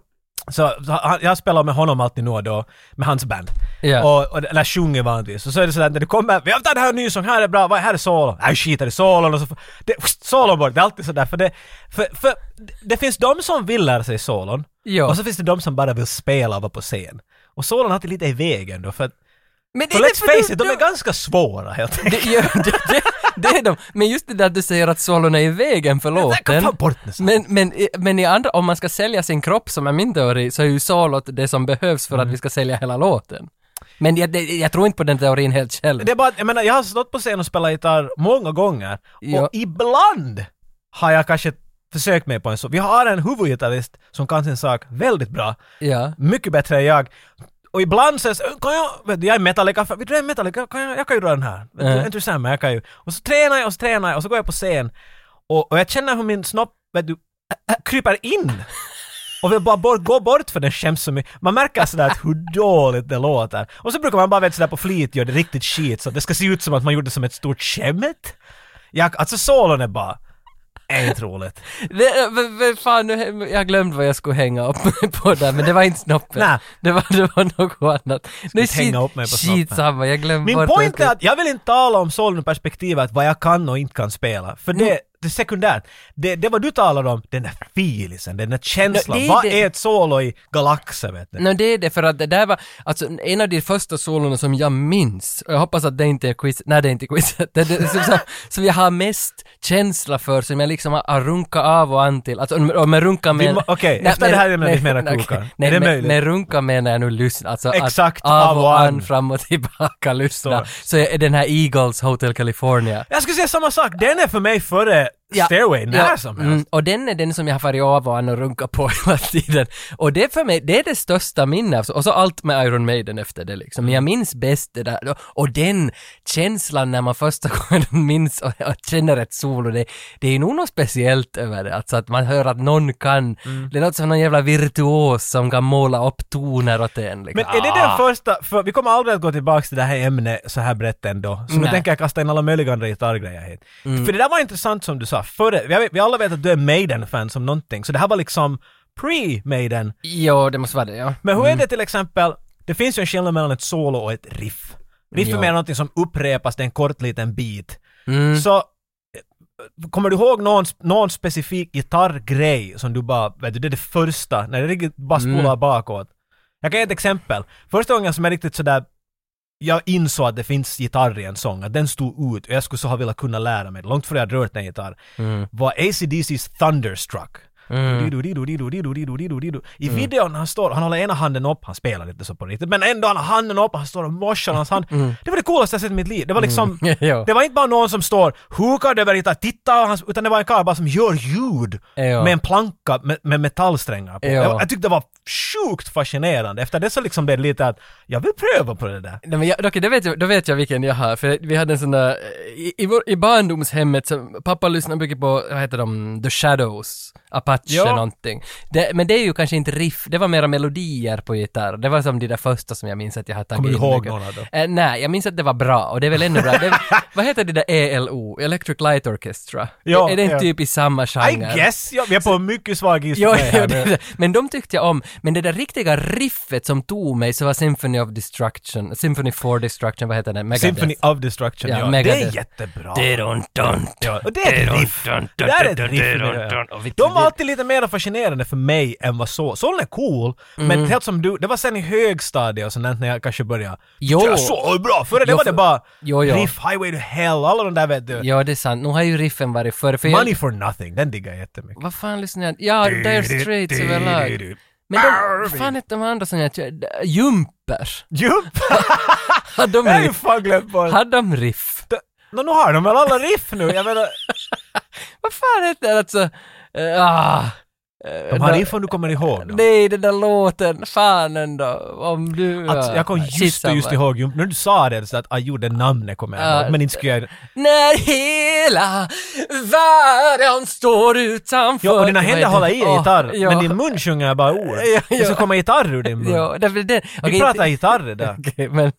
Speaker 1: Så, så han, jag spelar med honom alltid nu och då, med hans band.
Speaker 3: Ja.
Speaker 1: Och, och, eller sjunger vanligtvis. Och så är det sådär när du kommer, vi har tagit det här en ny sång, här är bra, vad här är solon? Nej, skiter i solon och så får- det, solon bort, det är alltid sådär för det, för, för det finns de som vill lära sig solon
Speaker 3: Ja.
Speaker 1: och så finns det de som bara vill spela och vara på scen. Och solon är alltid lite i vägen då för att,
Speaker 3: Men det
Speaker 1: för
Speaker 3: är
Speaker 1: let's
Speaker 3: för du-
Speaker 1: face it, de
Speaker 3: du-
Speaker 1: är ganska svåra helt enkelt.
Speaker 3: det, ja, det, det, det är de. Men just det där att du säger att solon är i vägen för
Speaker 1: kan
Speaker 3: låten.
Speaker 1: ta bort den sen.
Speaker 3: Men, men, i- men i andra, om man ska sälja sin kropp som är min teori, så är ju solot det som behövs för
Speaker 1: Mm.
Speaker 3: att vi ska sälja hela låten. Men jag, det, jag tror inte på den teorin helt själv.
Speaker 1: Det är bara, att- jag menar, jag har stått på scen och spelat gitarr många gånger
Speaker 3: Ja.
Speaker 1: och ibland har jag kanske försökt mig på en så. Vi har en huvudgitarrist som kan sin sak väldigt bra.
Speaker 3: Ja.
Speaker 1: mycket bättre än jag. Och ibland så är det så, kan jag, vet du, jag är metallica, för, vet du jag är metallica, kan jag, jag kan ju dra den här. Vet
Speaker 3: Mm.
Speaker 1: du, inte sämre, jag kan ju. Och så tränar jag och så tränar jag och så går jag på scen och, och jag känner hur min snopp, vet du, äh, äh, kryper in. Och vill bara bort, gå bort för den skäms så mycket. Man märker sådär att hur dåligt det låter. Och så brukar man bara vet sådär på flit göra det riktigt shit så att det ska se ut som att man gjorde det som ett stort skämt. Jag, alltså solon är bara, är inte roligt.
Speaker 3: Det, men, men fan, nu, jag glömde vad jag skulle hänga upp mig på där, men det var inte snoppen.
Speaker 1: Nej.
Speaker 3: Det, var, det var något annat.
Speaker 1: inte hänga upp mig på snoppen.
Speaker 3: Skitsamma, jag glömde
Speaker 1: Min
Speaker 3: bort vad jag
Speaker 1: point är att jag vill inte tala om Solon ur perspektivet vad jag kan och inte kan spela. För det,
Speaker 3: Mm.
Speaker 1: det är sekundärt. Det, det vad du talar om, den där filisen, den där känslan.
Speaker 3: Nå, det är
Speaker 1: vad
Speaker 3: det. Mm.
Speaker 1: är ett solo i galaxen vet du?
Speaker 3: Nej, det är det, för att det där var alltså, en av de första solorna som jag minns, och jag hoppas att det inte är quiz, nej det är inte quizet, det är det som, som, som jag har mest känsla för, som jag liksom har, har runkat av och an till. Alltså, och med- och med runka
Speaker 1: Vi
Speaker 3: men...
Speaker 1: må- okej, efter det här är det vi mera krokar.
Speaker 3: Nej,
Speaker 1: Är det
Speaker 3: med,
Speaker 1: möjligt?
Speaker 3: med runka menar jag nu lyssna, alltså
Speaker 1: Exakt,
Speaker 3: att av och an,
Speaker 1: an.
Speaker 3: fram och tillbaka lyssna.
Speaker 1: Så.
Speaker 3: Så är den här Eagles Hotel California.
Speaker 1: Jag skulle säga samma sak, den är för mig före
Speaker 3: Ja.
Speaker 1: Stairway när
Speaker 3: Ja,
Speaker 1: som helst.
Speaker 3: mm, och den är den som jag har farit av och an och runkat på hela tiden. Och det för mig, det är det största minnet. alltså. Och så allt med Iron Maiden efter det liksom.
Speaker 1: Mm.
Speaker 3: Men jag minns bäst det där. Och- Och den känslan när man första gången minns och, och känner ett solo, det, det är nog något speciellt över det. Alltså att man hör att någon kan,
Speaker 1: Mm.
Speaker 3: det låter som någon jävla virtuos som kan måla upp toner åt en. Liksom.
Speaker 1: Men är det den första, för vi kommer aldrig att gå tillbaks till det här ämnet så här brett ändå. Så nu
Speaker 3: Nej. Mm.
Speaker 1: tänker jag kasta in alla möjliga andra gitarrgrejer hit. För det där var intressant som du sa, före, jag vet, vi alla vet att du är Maiden-fan som någonting, så det här var liksom pre-Maiden.
Speaker 3: Ja, det måste vara det, ja.
Speaker 1: Men hur är det till exempel, det finns ju en skillnad mellan ett solo och ett riff. Riff är
Speaker 3: Ja.
Speaker 1: mer någonting som upprepas, det är en kort liten bit.
Speaker 3: Mm.
Speaker 1: Så eh, kommer du ihåg någon, någon specifik gitarrgrej som du bara, vet du, det är det första, när det riktigt bara spolar bakåt. Jag kan ge ett exempel. Första gången som jag riktigt sådär jag insåg att det finns gitarr i en sång, att den stod ut och jag skulle så ha velat kunna lära mig det, långt före jag hade rört en gitarr, var ACDC's Thunderstruck. Dido-dido-dido-dido-dido-dido-dido-dido. I videon han står, han håller ena handen upp, han spelar lite så på riktigt, men ändå han har handen upp, han står och morsar hans hand. Det var det coolaste jag sett i mitt liv. Det var liksom,
Speaker 3: Ja.
Speaker 1: det var inte bara någon som står hukad över gitarr, titta, och han- utan det var en karl bara som gör ljud
Speaker 3: Eh, Ja.
Speaker 1: med en planka med, med metallsträngar på.
Speaker 3: Ja.
Speaker 1: Jag, jag tyckte det var sjukt fascinerande. Efter det så liksom blev det lite att, jag vill pröva på det där.
Speaker 3: Nej, men jag, okay, det vet jag, då vet jag vilken jag har, för vi hade en sån där, eh, i, i, vår, i barndomshemmet, så pappa lyssnade mycket på, vad heter de, The Shadows, Apache
Speaker 1: Ja.
Speaker 3: någonting. Det, men det är ju kanske inte riff, det var mera melodier på gitarr. Det var som de där första som jag minns att jag har tagit
Speaker 1: Kommer du
Speaker 3: in
Speaker 1: ihåg
Speaker 3: mycket.
Speaker 1: någon av dem?
Speaker 3: Eh, nej, jag minns att det var bra, och det är väl ännu bra. Det, vad heter det där ELO, Electric Light Orchestra?
Speaker 1: Ja,
Speaker 3: är det inte
Speaker 1: ja.
Speaker 3: typ i samma genre?
Speaker 1: I guess, ja, vi är på en mycket svag is
Speaker 3: Jo,
Speaker 1: med
Speaker 3: jo,
Speaker 1: här
Speaker 3: det,
Speaker 1: nu.
Speaker 3: det. men de tyckte jag om. Men det där riktiga riffet som tog mig så var Symphony of Destruction, Symphony for Destruction, vad heter den? Megadeth.
Speaker 1: Symphony of Destruction,
Speaker 3: Ja,
Speaker 1: ja. Det är
Speaker 3: Megadeth.
Speaker 1: jättebra.
Speaker 3: Dun, dun,
Speaker 1: Ja, och det är ett riff. Det där är ett riff. menar jag. De var alltid lite mer fascinerande för mig än vad så. Sån är cool,
Speaker 3: Mm.
Speaker 1: men helt som du, det var sen i högstadiet och sånt när jag kanske började.
Speaker 3: Jo.
Speaker 1: Så, så är bra! Före det
Speaker 3: Jo,
Speaker 1: var det
Speaker 3: för-
Speaker 1: bara
Speaker 3: Jo, jo.
Speaker 1: riff, highway to hell, alla de där vet du.
Speaker 3: Ja, det är sant. Nu har ju riffen varit förr. För
Speaker 1: Money
Speaker 3: jag,
Speaker 1: for nothing, den diggar jag jättemycket.
Speaker 3: vad fan lyssnar jag? Ja, Dire Straits överlag. Men de, vad fan hette de andra som jag kö- Jumper.
Speaker 1: Jupp!
Speaker 3: Hade de
Speaker 1: Jag har ju
Speaker 3: riff?
Speaker 1: fan glömt bort.
Speaker 3: Hade de riff?
Speaker 1: Nå, nu har de väl alla riff nu? Jag menar,
Speaker 3: Vad fan hette det alltså? Eh, ah.
Speaker 1: de har riff om du kommer ihåg dem.
Speaker 3: Nej, den där låten, fan ändå, om du... eh,
Speaker 1: Alltså, jag kom just,
Speaker 3: Skitsamma.
Speaker 1: just ihåg, ju- när du sa det så att ah, jo, det namnet kommer jag
Speaker 3: Ja.
Speaker 1: ihåg, men inte skulle jag...
Speaker 3: När hela världen står utanför...
Speaker 1: Ja, och dina
Speaker 3: Vad
Speaker 1: händer
Speaker 3: heter-
Speaker 1: håller i en
Speaker 3: Åh,
Speaker 1: gitarr,
Speaker 3: ja.
Speaker 1: men din mun sjunger bara ord.
Speaker 3: Ja, ja.
Speaker 1: Det ska komma gitarr ur din mun.
Speaker 3: Ja, därför det...
Speaker 1: Vi
Speaker 3: okej,
Speaker 1: pratar
Speaker 3: det-
Speaker 1: gitarr där.
Speaker 3: Okej, men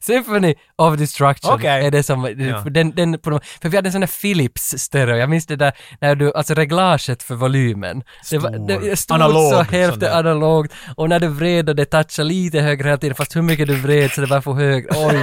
Speaker 3: Symphony of Destruction
Speaker 1: Okej.
Speaker 3: är det som,
Speaker 1: Ja.
Speaker 3: den, den, på de- för vi hade en sån där Philips stereo, jag minns det där när du, alltså reglaget för volymen. Det var, det stod
Speaker 1: Analog,
Speaker 3: så
Speaker 1: sån
Speaker 3: hälften
Speaker 1: där.
Speaker 3: analogt och när du vred och det touchade lite högre hela tiden fast hur mycket du vred så det bara får högre. Oj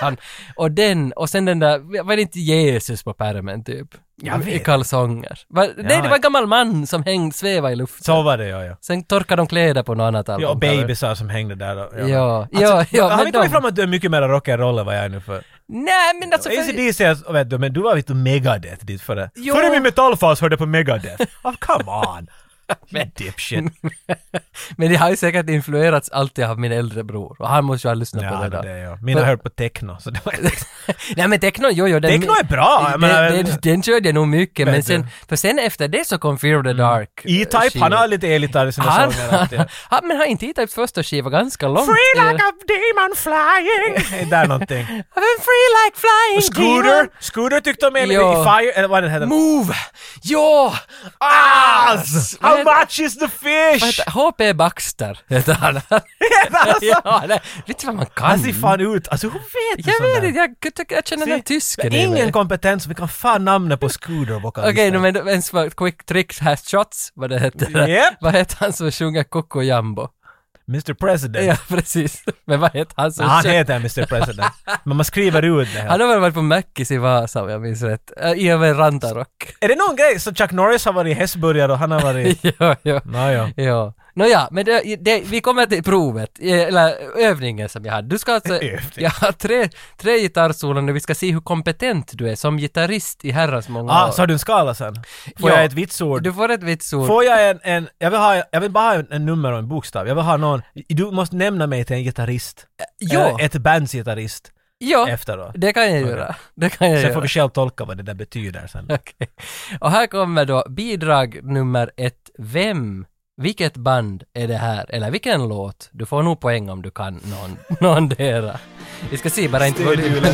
Speaker 3: fan. Och den och sen den där, var det inte Jesus på pärmen typ?
Speaker 1: Jag vet.
Speaker 3: I kalsonger. Va, Nej
Speaker 1: Ja.
Speaker 3: det var en gammal man som hängde, svävade i luften.
Speaker 1: Så var det ja, ja.
Speaker 3: Sen torkade de kläder på något annat album.
Speaker 1: Ja, och bebisar som hängde där och, Alltså,
Speaker 3: Ja, ja, ja,
Speaker 1: Har
Speaker 3: men
Speaker 1: vi kommit
Speaker 3: de-
Speaker 1: fram att du är mycket mer rock'n'roll än vad jag är nu för?
Speaker 3: Nej men alltså... för-
Speaker 1: ACDC, är- vet du, men du var lite megadeth dit före.
Speaker 3: Jo.
Speaker 1: Före min metallfas hörde jag på megadeth. Oh, come on! Men dipshit.
Speaker 3: Men det har ju säkert influerats alltid av min äldre bror och han måste ju ha lyssnat på
Speaker 1: Ja,
Speaker 3: det
Speaker 1: det
Speaker 3: där.
Speaker 1: är det ja. Mina
Speaker 3: För-
Speaker 1: hörde på techno, så det var...
Speaker 3: Nej men techno, jo jo. Den,
Speaker 1: Techno är bra, jag
Speaker 3: Den,
Speaker 1: menar-
Speaker 3: den, den körde jag nog mycket men
Speaker 1: Vet du.
Speaker 3: sen, för sen efter det så kom Fear the Dark. eh,
Speaker 1: Mm. E-Type,
Speaker 3: skivan.
Speaker 1: han har lite elitar i sina
Speaker 3: han,
Speaker 1: sånger. alltid.
Speaker 3: han, men har inte E-Types första skiva ganska långt?
Speaker 1: Free
Speaker 3: eller?
Speaker 1: like a demon flying! Är där någonting?
Speaker 3: I'm Eh, free like flying
Speaker 1: Scooter!
Speaker 3: demon.
Speaker 1: Scooter tyckte de med i
Speaker 3: Ja.
Speaker 1: Fire, eller vad den heter.
Speaker 3: Move! Ja!
Speaker 1: Ass! How
Speaker 3: Men-
Speaker 1: much is the
Speaker 3: Vad
Speaker 1: fish?
Speaker 3: heter- H.P. Baxter heter han.
Speaker 1: Alltså.
Speaker 3: ja, det, vet du vad man kan?
Speaker 1: Han ser fan ut, alltså hur vet du
Speaker 3: jag
Speaker 1: sånt
Speaker 3: vet
Speaker 1: där?
Speaker 3: inte, jag, tycker- jag känner den här
Speaker 1: Se,
Speaker 3: tysken i mig.
Speaker 1: Ingen kompetens, vi kan fan namnet på Scooter-vokalisten.
Speaker 3: Okej, nu men ens för Quick Tricks Has Shots, vad det heter.
Speaker 1: Japp.
Speaker 3: Vad heter han som sjunger Coco Jumbo?
Speaker 1: Mr President.
Speaker 3: Ja, precis. Men vad heter han som...
Speaker 1: Nej, han
Speaker 3: kö-
Speaker 1: heter Mr President. Men man skriver ut det här.
Speaker 3: han har väl varit på Mackis i Vasa om jag minns rätt. Äh, I en Rantarock.
Speaker 1: Är det någon grej så Chuck Norris har varit hästburgare och han har varit...
Speaker 3: ja, ja.
Speaker 1: Nåja.
Speaker 3: Ja. Nåja, men det, det, vi kommer till provet, eh, eller övningen som jag hade. Du ska alltså...
Speaker 1: Övning.
Speaker 3: Jag har tre, tre gitarrsolon och vi ska se hur kompetent du är som gitarrist i herrans många
Speaker 1: Ah,
Speaker 3: år.
Speaker 1: så har du en skala sen? Får
Speaker 3: Ja.
Speaker 1: jag ett vitsord?
Speaker 3: Du får ett vitsord.
Speaker 1: Får jag en, en jag, vill ha, jag vill bara ha en, en nummer och en bokstav. Jag vill ha någon, du måste nämna mig till en gitarrist.
Speaker 3: Ja,
Speaker 1: Eller Eh, Ett bands gitarrist
Speaker 3: ja.
Speaker 1: efteråt.
Speaker 3: Det kan jag göra. Det kan jag
Speaker 1: Sen
Speaker 3: göra.
Speaker 1: får vi själv tolka vad det där betyder sen.
Speaker 3: Okej. Och här kommer då bidrag nummer ett. Vem, vilket band är det här? Eller vilken låt? Du får nog poäng om du kan någon, någondera. Vi ska se bara inte volymen.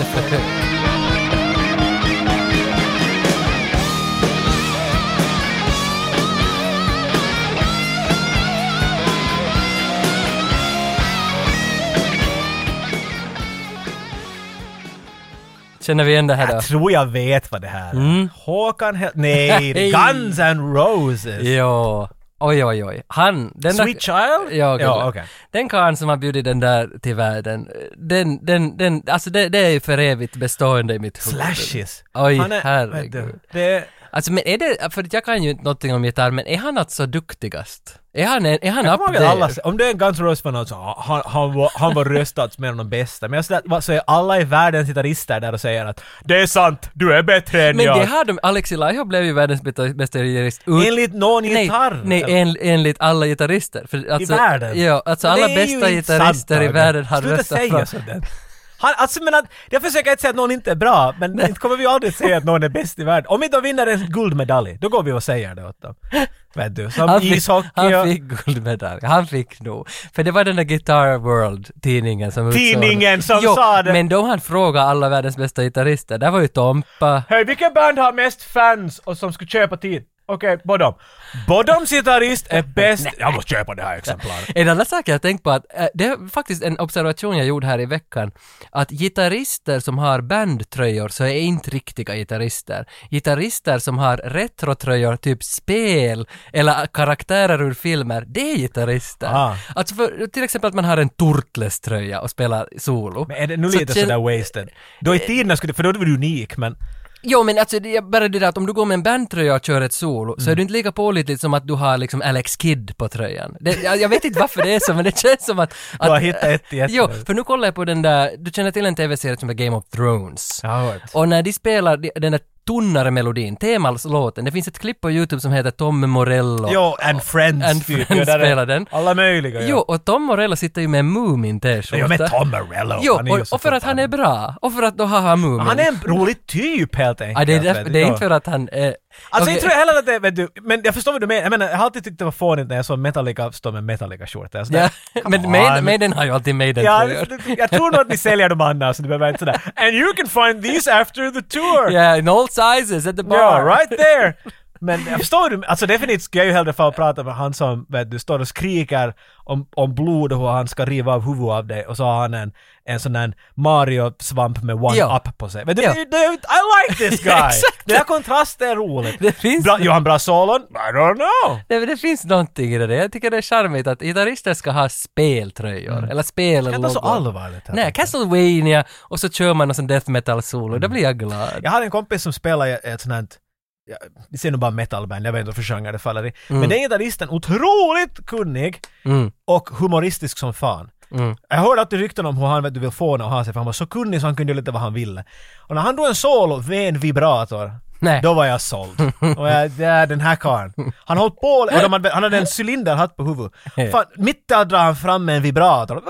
Speaker 3: Känner vi igen det här då?
Speaker 1: Jag tror jag vet vad det här är.
Speaker 3: Mm.
Speaker 1: Håkan Hell... Nej, det är Guns N' Roses.
Speaker 3: Ja. Oj, oj, oj. Han, den
Speaker 1: Sweet Child?
Speaker 3: Ja,
Speaker 1: ja
Speaker 3: ja
Speaker 1: okej.
Speaker 3: Den karln som har bjudit den där till världen, den, den, den, alltså det, det är ju för evigt bestående i mitt huvud.
Speaker 1: Slashes.
Speaker 3: Oj,
Speaker 1: Han är-
Speaker 3: herregud.
Speaker 1: vänta, Det,
Speaker 3: Alltså men är det, för att jag kan ju inte någonting om gitarr, men är han alltså duktigast? Är han, en- är han
Speaker 1: jag kommer
Speaker 3: up
Speaker 1: ihåg att
Speaker 3: there?
Speaker 1: alla, om det är en Guns N' Roses-fan så ah, han, han, var, han var röstad som en av de bästa. Men jag sådär, vad- så är alla i världens gitarrister där och säger att det är sant, du är bättre än
Speaker 3: men
Speaker 1: jag.
Speaker 3: det har de, Alex Laiho blev ju världens bästa- bästa gitarrist. ut-
Speaker 1: Enligt någon
Speaker 3: nej,
Speaker 1: gitarr.
Speaker 3: Nej, en, enligt alla gitarrister. För alltså,
Speaker 1: världen?
Speaker 3: Ja, alltså
Speaker 1: Men
Speaker 3: alla
Speaker 1: det är ju
Speaker 3: bästa
Speaker 1: inte
Speaker 3: gitarrister
Speaker 1: sant,
Speaker 3: i
Speaker 1: Tage.
Speaker 3: världen har
Speaker 1: Sluta
Speaker 3: röstat
Speaker 1: säga sådär. Han, alltså men att, jag försöker inte säga att någon inte är bra, men inte kommer vi aldrig säga att någon är bäst i världen. Om inte de vinner en guldmedalj, då går vi och säger det åt dem. Vet du, som
Speaker 3: Han fick,
Speaker 1: ishockey
Speaker 3: han
Speaker 1: och...
Speaker 3: fick guldmedalj. Han fick nog. För det var den där Guitar World-tidningen som utsåg-
Speaker 1: Tidningen som
Speaker 3: jo,
Speaker 1: sa det.
Speaker 3: men då han frågade alla världens bästa gitarrister. Där var ju Tompa.
Speaker 1: Hej, vilken band har mest fans och som ska köpa tid? Okej, Bodom. Bodoms gitarrist är bäst... Jag måste köpa det här exemplaret.
Speaker 3: En annan sak jag tänkt på att, eh, det är faktiskt en observation jag gjorde här i veckan, att gitarrister som har bandtröjor så är inte riktiga gitarrister. Gitarrister som har retrotröjor, typ spel eller karaktärer ur filmer, det är gitarrister.
Speaker 1: Ah.
Speaker 3: Alltså för, till exempel att man har en Turtles-tröja och spelar solo.
Speaker 1: Men är det nu
Speaker 3: Så Eh,
Speaker 1: lite
Speaker 3: känn-
Speaker 1: sådär wasted? Då i tiden skulle... För då var du unik, men...
Speaker 3: Jo men alltså det är bara det där att om du går med en bandtröja och kör ett solo så
Speaker 1: Mm.
Speaker 3: är du inte lika pålitlig som att du har liksom Alex Kidd på tröjan. Det, jag, jag vet inte varför det är så men det känns som att... att
Speaker 1: har hittat ett jätte-
Speaker 3: Jo, för nu kollar jag på den där, du känner till en tv-serie som heter Game of Thrones?
Speaker 1: Jag har hört.
Speaker 3: Och när de spelar de- den där tunnare melodin, temalslåten, det finns ett klipp på YouTube som heter Tom Morello.
Speaker 1: Jo, and Friends.
Speaker 3: And
Speaker 1: typ.
Speaker 3: Friends
Speaker 1: Ja, där är
Speaker 3: spelar den.
Speaker 1: Alla möjliga,
Speaker 3: Jo, och Tom Morello sitter ju med en Moomin-t-skjorta.
Speaker 1: Jo, men Tom Morello.
Speaker 3: Jo,
Speaker 1: han är ju
Speaker 3: och,
Speaker 1: så
Speaker 3: och för att han är bra. Och för att då har han Moomin.
Speaker 1: Han är en rolig typ helt enkelt.
Speaker 3: Ja, det, är
Speaker 1: vet
Speaker 3: därför-
Speaker 1: du.
Speaker 3: det är
Speaker 1: Ja.
Speaker 3: inte för att han är...
Speaker 1: Alltså
Speaker 3: Okej.
Speaker 1: inte tror jag heller att det, vet du, men jag förstår vad du menar. Jag menar, jag har alltid tyckt det var fånigt när jag såg Metallica stå med Metallica-shorts.
Speaker 3: Ja, men Maiden,
Speaker 1: on.
Speaker 3: Maiden har ju alltid
Speaker 1: Ja,
Speaker 3: Maiden-tröjor.
Speaker 1: det- jag tror nog att ni säljer dem annars, så du behöver inte sådär. And you can find these after the tour!
Speaker 3: Yeah, in all sizes at the
Speaker 1: Ja,
Speaker 3: bar.
Speaker 1: right there! Men förstår du? Alltså definitivt skulle jag ju hellre få prata med han som vet du, står och skriker om, om blod och hur han ska riva av huvudet av dig och så har han en, en sån där Mario-svamp med
Speaker 3: Ja.
Speaker 1: one-up på sig. Men du,
Speaker 3: Ja.
Speaker 1: du, du, I like this guy!
Speaker 3: exakt.
Speaker 1: Den här kontrasten är rolig.
Speaker 3: Det finns-
Speaker 1: Bra, Johan Brasolon? I don't know!
Speaker 3: Nej, men det finns någonting i det där. Jag tycker det är charmigt att gitarrister ska ha speltröjor, eller
Speaker 1: Det Mm. kan inte vara så
Speaker 3: spelloggor.
Speaker 1: allvarligt. här.
Speaker 3: Nej, Castlevania och så kör man någon sån death metal-solo,
Speaker 1: Mm.
Speaker 3: då blir jag glad.
Speaker 1: Jag har en kompis som spelar i ett sånt här ja, det ser nog bara metalband, jag vet inte vad för genre det faller i. Men den gitarristen, otroligt kunnig
Speaker 3: Mm.
Speaker 1: och humoristisk som fan.
Speaker 3: Mm.
Speaker 1: Jag hörde alltid rykten om hur han vet, du vill få och ha sig, för han var så kunnig så han kunde lite vad han ville. Och när han drog en solo med en vibrator,
Speaker 3: Nej.
Speaker 1: då var jag såld. Och jag, det är den här karln. Han hållit på, och de hade, han hade en cylinderhatt på huvudet. Fan, mitt där drar han fram med en vibrator.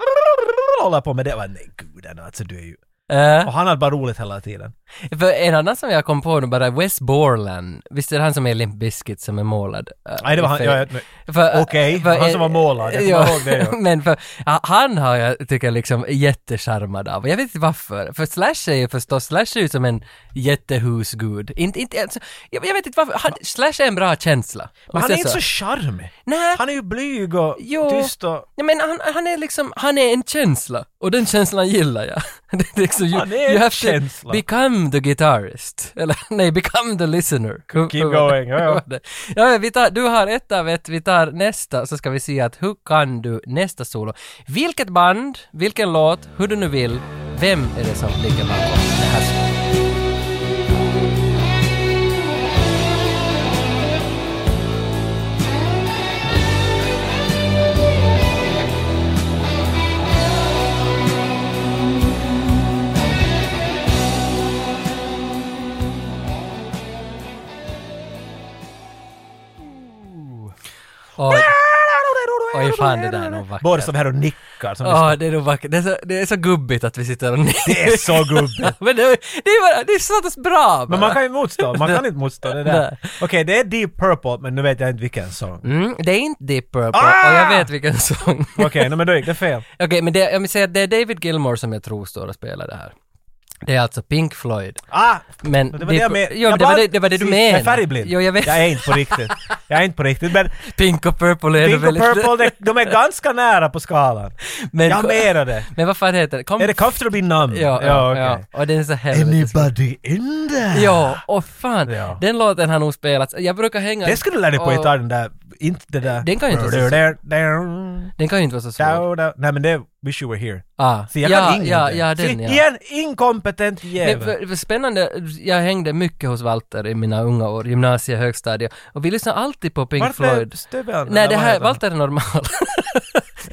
Speaker 1: Håller på med det. Jag bara, nej guden alltså du är ju...
Speaker 3: Äh,
Speaker 1: Och han hade bara roligt hela tiden.
Speaker 3: för en annan som jag kom på nu bara, Wes Borland. Visst är det han som är Limp Bizkit som är målad? äh,
Speaker 1: Nej, det var han-
Speaker 3: för-
Speaker 1: ja, jag-
Speaker 3: för-
Speaker 1: Okej,
Speaker 3: för-
Speaker 1: han som var målad, jag kommer ihåg det, ja.
Speaker 3: Men för, ja, han har jag, tycker jag, liksom jättecharmad av. Jag vet inte varför. För Slash är ju förstås, Slash är ju som en jättehusgud. Inte, inte, alltså, jag, jag vet inte varför. Han, Slash är en bra känsla.
Speaker 1: Men han
Speaker 3: Visst
Speaker 1: är
Speaker 3: det
Speaker 1: inte så charmig.
Speaker 3: Nej.
Speaker 1: Han är ju blyg och
Speaker 3: Jo.
Speaker 1: tyst och...
Speaker 3: Ja, men han, han är liksom, han är en känsla. Och den känslan gillar jag. Det är liksom, you,
Speaker 1: Han är
Speaker 3: you
Speaker 1: en
Speaker 3: have
Speaker 1: känsla.
Speaker 3: to become the guitarist. Eller nej, become the listener.
Speaker 1: Keep going, ja, ja.
Speaker 3: ja. ja vi tar, du har ett av ett, vi tar nästa, så ska vi se att hur kan du nästa solo? Vilket band, vilken låt, hur du nu vill, vem är det som ligger bakom det här? solot? Oj, oj fan det där är nog vackert.
Speaker 1: Båda står här och nickar. Som liksom,
Speaker 3: Ja, det är nog vackert. Det är, så, det är så gubbigt att vi sitter och...
Speaker 1: Det är så gubbigt.
Speaker 3: Men det, det är bara, det är så bra bara.
Speaker 1: Men man kan ju motstå, man kan inte motstå det där.
Speaker 3: Nej.
Speaker 1: Okej, det är Deep Purple, men nu vet jag inte vilken sång.
Speaker 3: Mm, det är inte Deep Purple och jag vet vilken sång.
Speaker 1: Ah! Okej, no, men då gick det fel.
Speaker 3: Okej, men det, jag vill säga att det är David Gilmore som jag tror står och spelar det här. Det är alltså Pink Floyd.
Speaker 1: Ah!
Speaker 3: Men
Speaker 1: Det var det jag men-
Speaker 3: Jo,
Speaker 1: jag
Speaker 3: det, var
Speaker 1: bland-
Speaker 3: det, det var det du
Speaker 1: See,
Speaker 3: menade.
Speaker 1: Jag är färgblind.
Speaker 3: Jo, jag vet.
Speaker 1: är inte på riktigt. Jag är inte på riktigt, men
Speaker 3: Pink och Purple är det
Speaker 1: Pink och
Speaker 3: väl inte.
Speaker 1: Purple, de, de är ganska nära på skalan.
Speaker 3: Men,
Speaker 1: Jag menar det.
Speaker 3: men vad fan heter det? Kom,
Speaker 1: Är det Comfortably Numb?
Speaker 3: Ja, ja, ja. Och den är så helvetes...
Speaker 1: Anybody in there?
Speaker 3: Ja, och fan.
Speaker 1: Ja.
Speaker 3: Den låten har nog spelats. Jag brukar hänga...
Speaker 1: Det skulle du lära dig på
Speaker 3: och-
Speaker 1: gitarr, den där, inte det där...
Speaker 3: Den kan ju inte vara så
Speaker 1: så
Speaker 3: Den kan ju inte vara så svår.
Speaker 1: Down, down. Nej men det är Wish You Were Here.
Speaker 3: Ah.
Speaker 1: Så jag
Speaker 3: ja,
Speaker 1: kan ingenting.
Speaker 3: ja, ja,
Speaker 1: Så
Speaker 3: den ja.
Speaker 1: Igen, inkompetent
Speaker 3: Men
Speaker 1: jävel.
Speaker 3: för, för spännande, jag hängde mycket hos Walter i mina unga år, gymnasie, högstadie, och vi lyssnade alltid på Pink Floyd.
Speaker 1: stöver han?
Speaker 3: Nej,
Speaker 1: Eller
Speaker 3: det
Speaker 1: vad
Speaker 3: här,
Speaker 1: heter han?
Speaker 3: Walter är normal.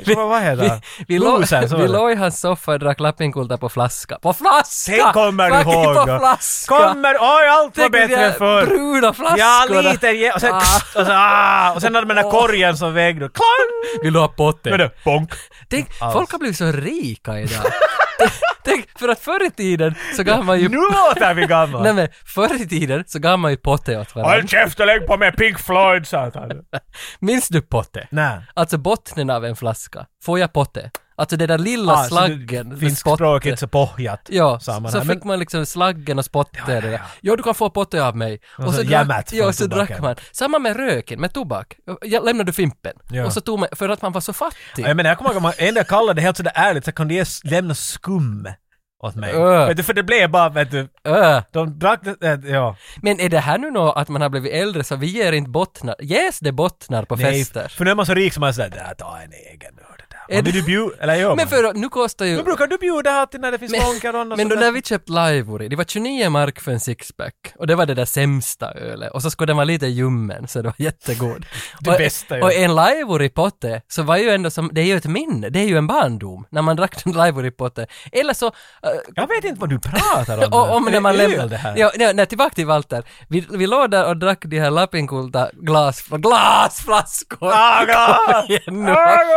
Speaker 1: Vad- Vad heter han?
Speaker 3: vi, låg,
Speaker 1: Loser, så var
Speaker 3: vi
Speaker 1: det.
Speaker 3: låg i hans soffa och drack lappinkulta på flaska. På flaska!
Speaker 1: Tänk kommer du
Speaker 3: Fucking
Speaker 1: ihåg
Speaker 3: på
Speaker 1: då?
Speaker 3: flaska!
Speaker 1: Kommer, oj allt var
Speaker 3: Tänk de
Speaker 1: bättre
Speaker 3: där
Speaker 1: förr.
Speaker 3: bruna
Speaker 1: Ja,
Speaker 3: flaskorna!
Speaker 1: lite ge- och sen,
Speaker 3: Ah.
Speaker 1: kst, och sen, ah, och sen hade man den där
Speaker 3: Åh.
Speaker 1: korgen som vägde och klang!
Speaker 3: Vill du ha
Speaker 1: Nu är
Speaker 3: potten?
Speaker 1: det bonk!
Speaker 3: Tänk, folk har blivit så rika idag. Tänk- Tänk, för att förr i tiden så gav man ju...
Speaker 1: Nu låter vi
Speaker 3: Nej
Speaker 1: gamla!
Speaker 3: men, förr i tiden så gav man ju potte åt
Speaker 1: Håll
Speaker 3: varandra.
Speaker 1: käften lägg på mig Pink Floyd satan!
Speaker 3: Minns du potte?
Speaker 1: Nej.
Speaker 3: Alltså bottnen av en flaska. Får jag potte? Alltså det där lilla
Speaker 1: Ah, så det-
Speaker 3: slaggen. med
Speaker 1: Finskspråkigt
Speaker 3: spotte.
Speaker 1: så pohjat.
Speaker 3: Ja,
Speaker 1: sammanhang.
Speaker 3: så
Speaker 1: Men-
Speaker 3: fick man liksom slaggen och spottet. Ja, du kan få potte av mig. Och,
Speaker 1: så
Speaker 3: drack-
Speaker 1: jämmat
Speaker 3: ja,
Speaker 1: Alltså, från
Speaker 3: och så
Speaker 1: tobaken.
Speaker 3: drack man. Samma med röken, med tobak. Jag lämnade fimpen.
Speaker 1: Ja.
Speaker 3: Och så tog man, för att man var så fattig.
Speaker 1: Ja, Jag menar, jag kommer ihåg om man ändå kallade det helt sådär ärligt så kan du ge, lämna skum åt mig.
Speaker 3: Öh.
Speaker 1: Vet du, för det blev bara, vet du,
Speaker 3: Öh.
Speaker 1: de drack det, äh, ja.
Speaker 3: Men är det här nu nå att man har blivit äldre så vi ger inte bottnar? Ges det bottnar på
Speaker 1: Nej,
Speaker 3: fester?
Speaker 1: för nu är man så rik som man är sådär, där tar en egen ur det där.
Speaker 3: Är
Speaker 1: Men vill
Speaker 3: det-
Speaker 1: du bjuda, eller gör
Speaker 3: Men
Speaker 1: man?
Speaker 3: för nu kostar ju...
Speaker 1: Nu brukar du bjuda alltid när det finns långkaron
Speaker 3: Men,
Speaker 1: och
Speaker 3: men då
Speaker 1: sådär.
Speaker 3: när vi köpte Laivori, det var 29 mark för en sixpack och det var det där sämsta ölet och så skulle den vara lite ljummen så det var jättegod.
Speaker 1: Det
Speaker 3: och,
Speaker 1: bästa, ja.
Speaker 3: Och en Laivori-potte så var ju ändå som, det är ju ett minne, det är ju en barndom när man drack en Laivori-potte. Eller så, äh,
Speaker 1: Jag vet inte vad du pratar om.
Speaker 3: och, om
Speaker 1: Är
Speaker 3: när man
Speaker 1: öl
Speaker 3: lämnar...
Speaker 1: det här.
Speaker 3: Ja, nej, nej, tillbaka till Walter. Vi, vi låg där och drack de här Lapinkulta glas, glasflaskor.
Speaker 1: Ah, glas!
Speaker 3: Kom igen nu.
Speaker 1: Ah,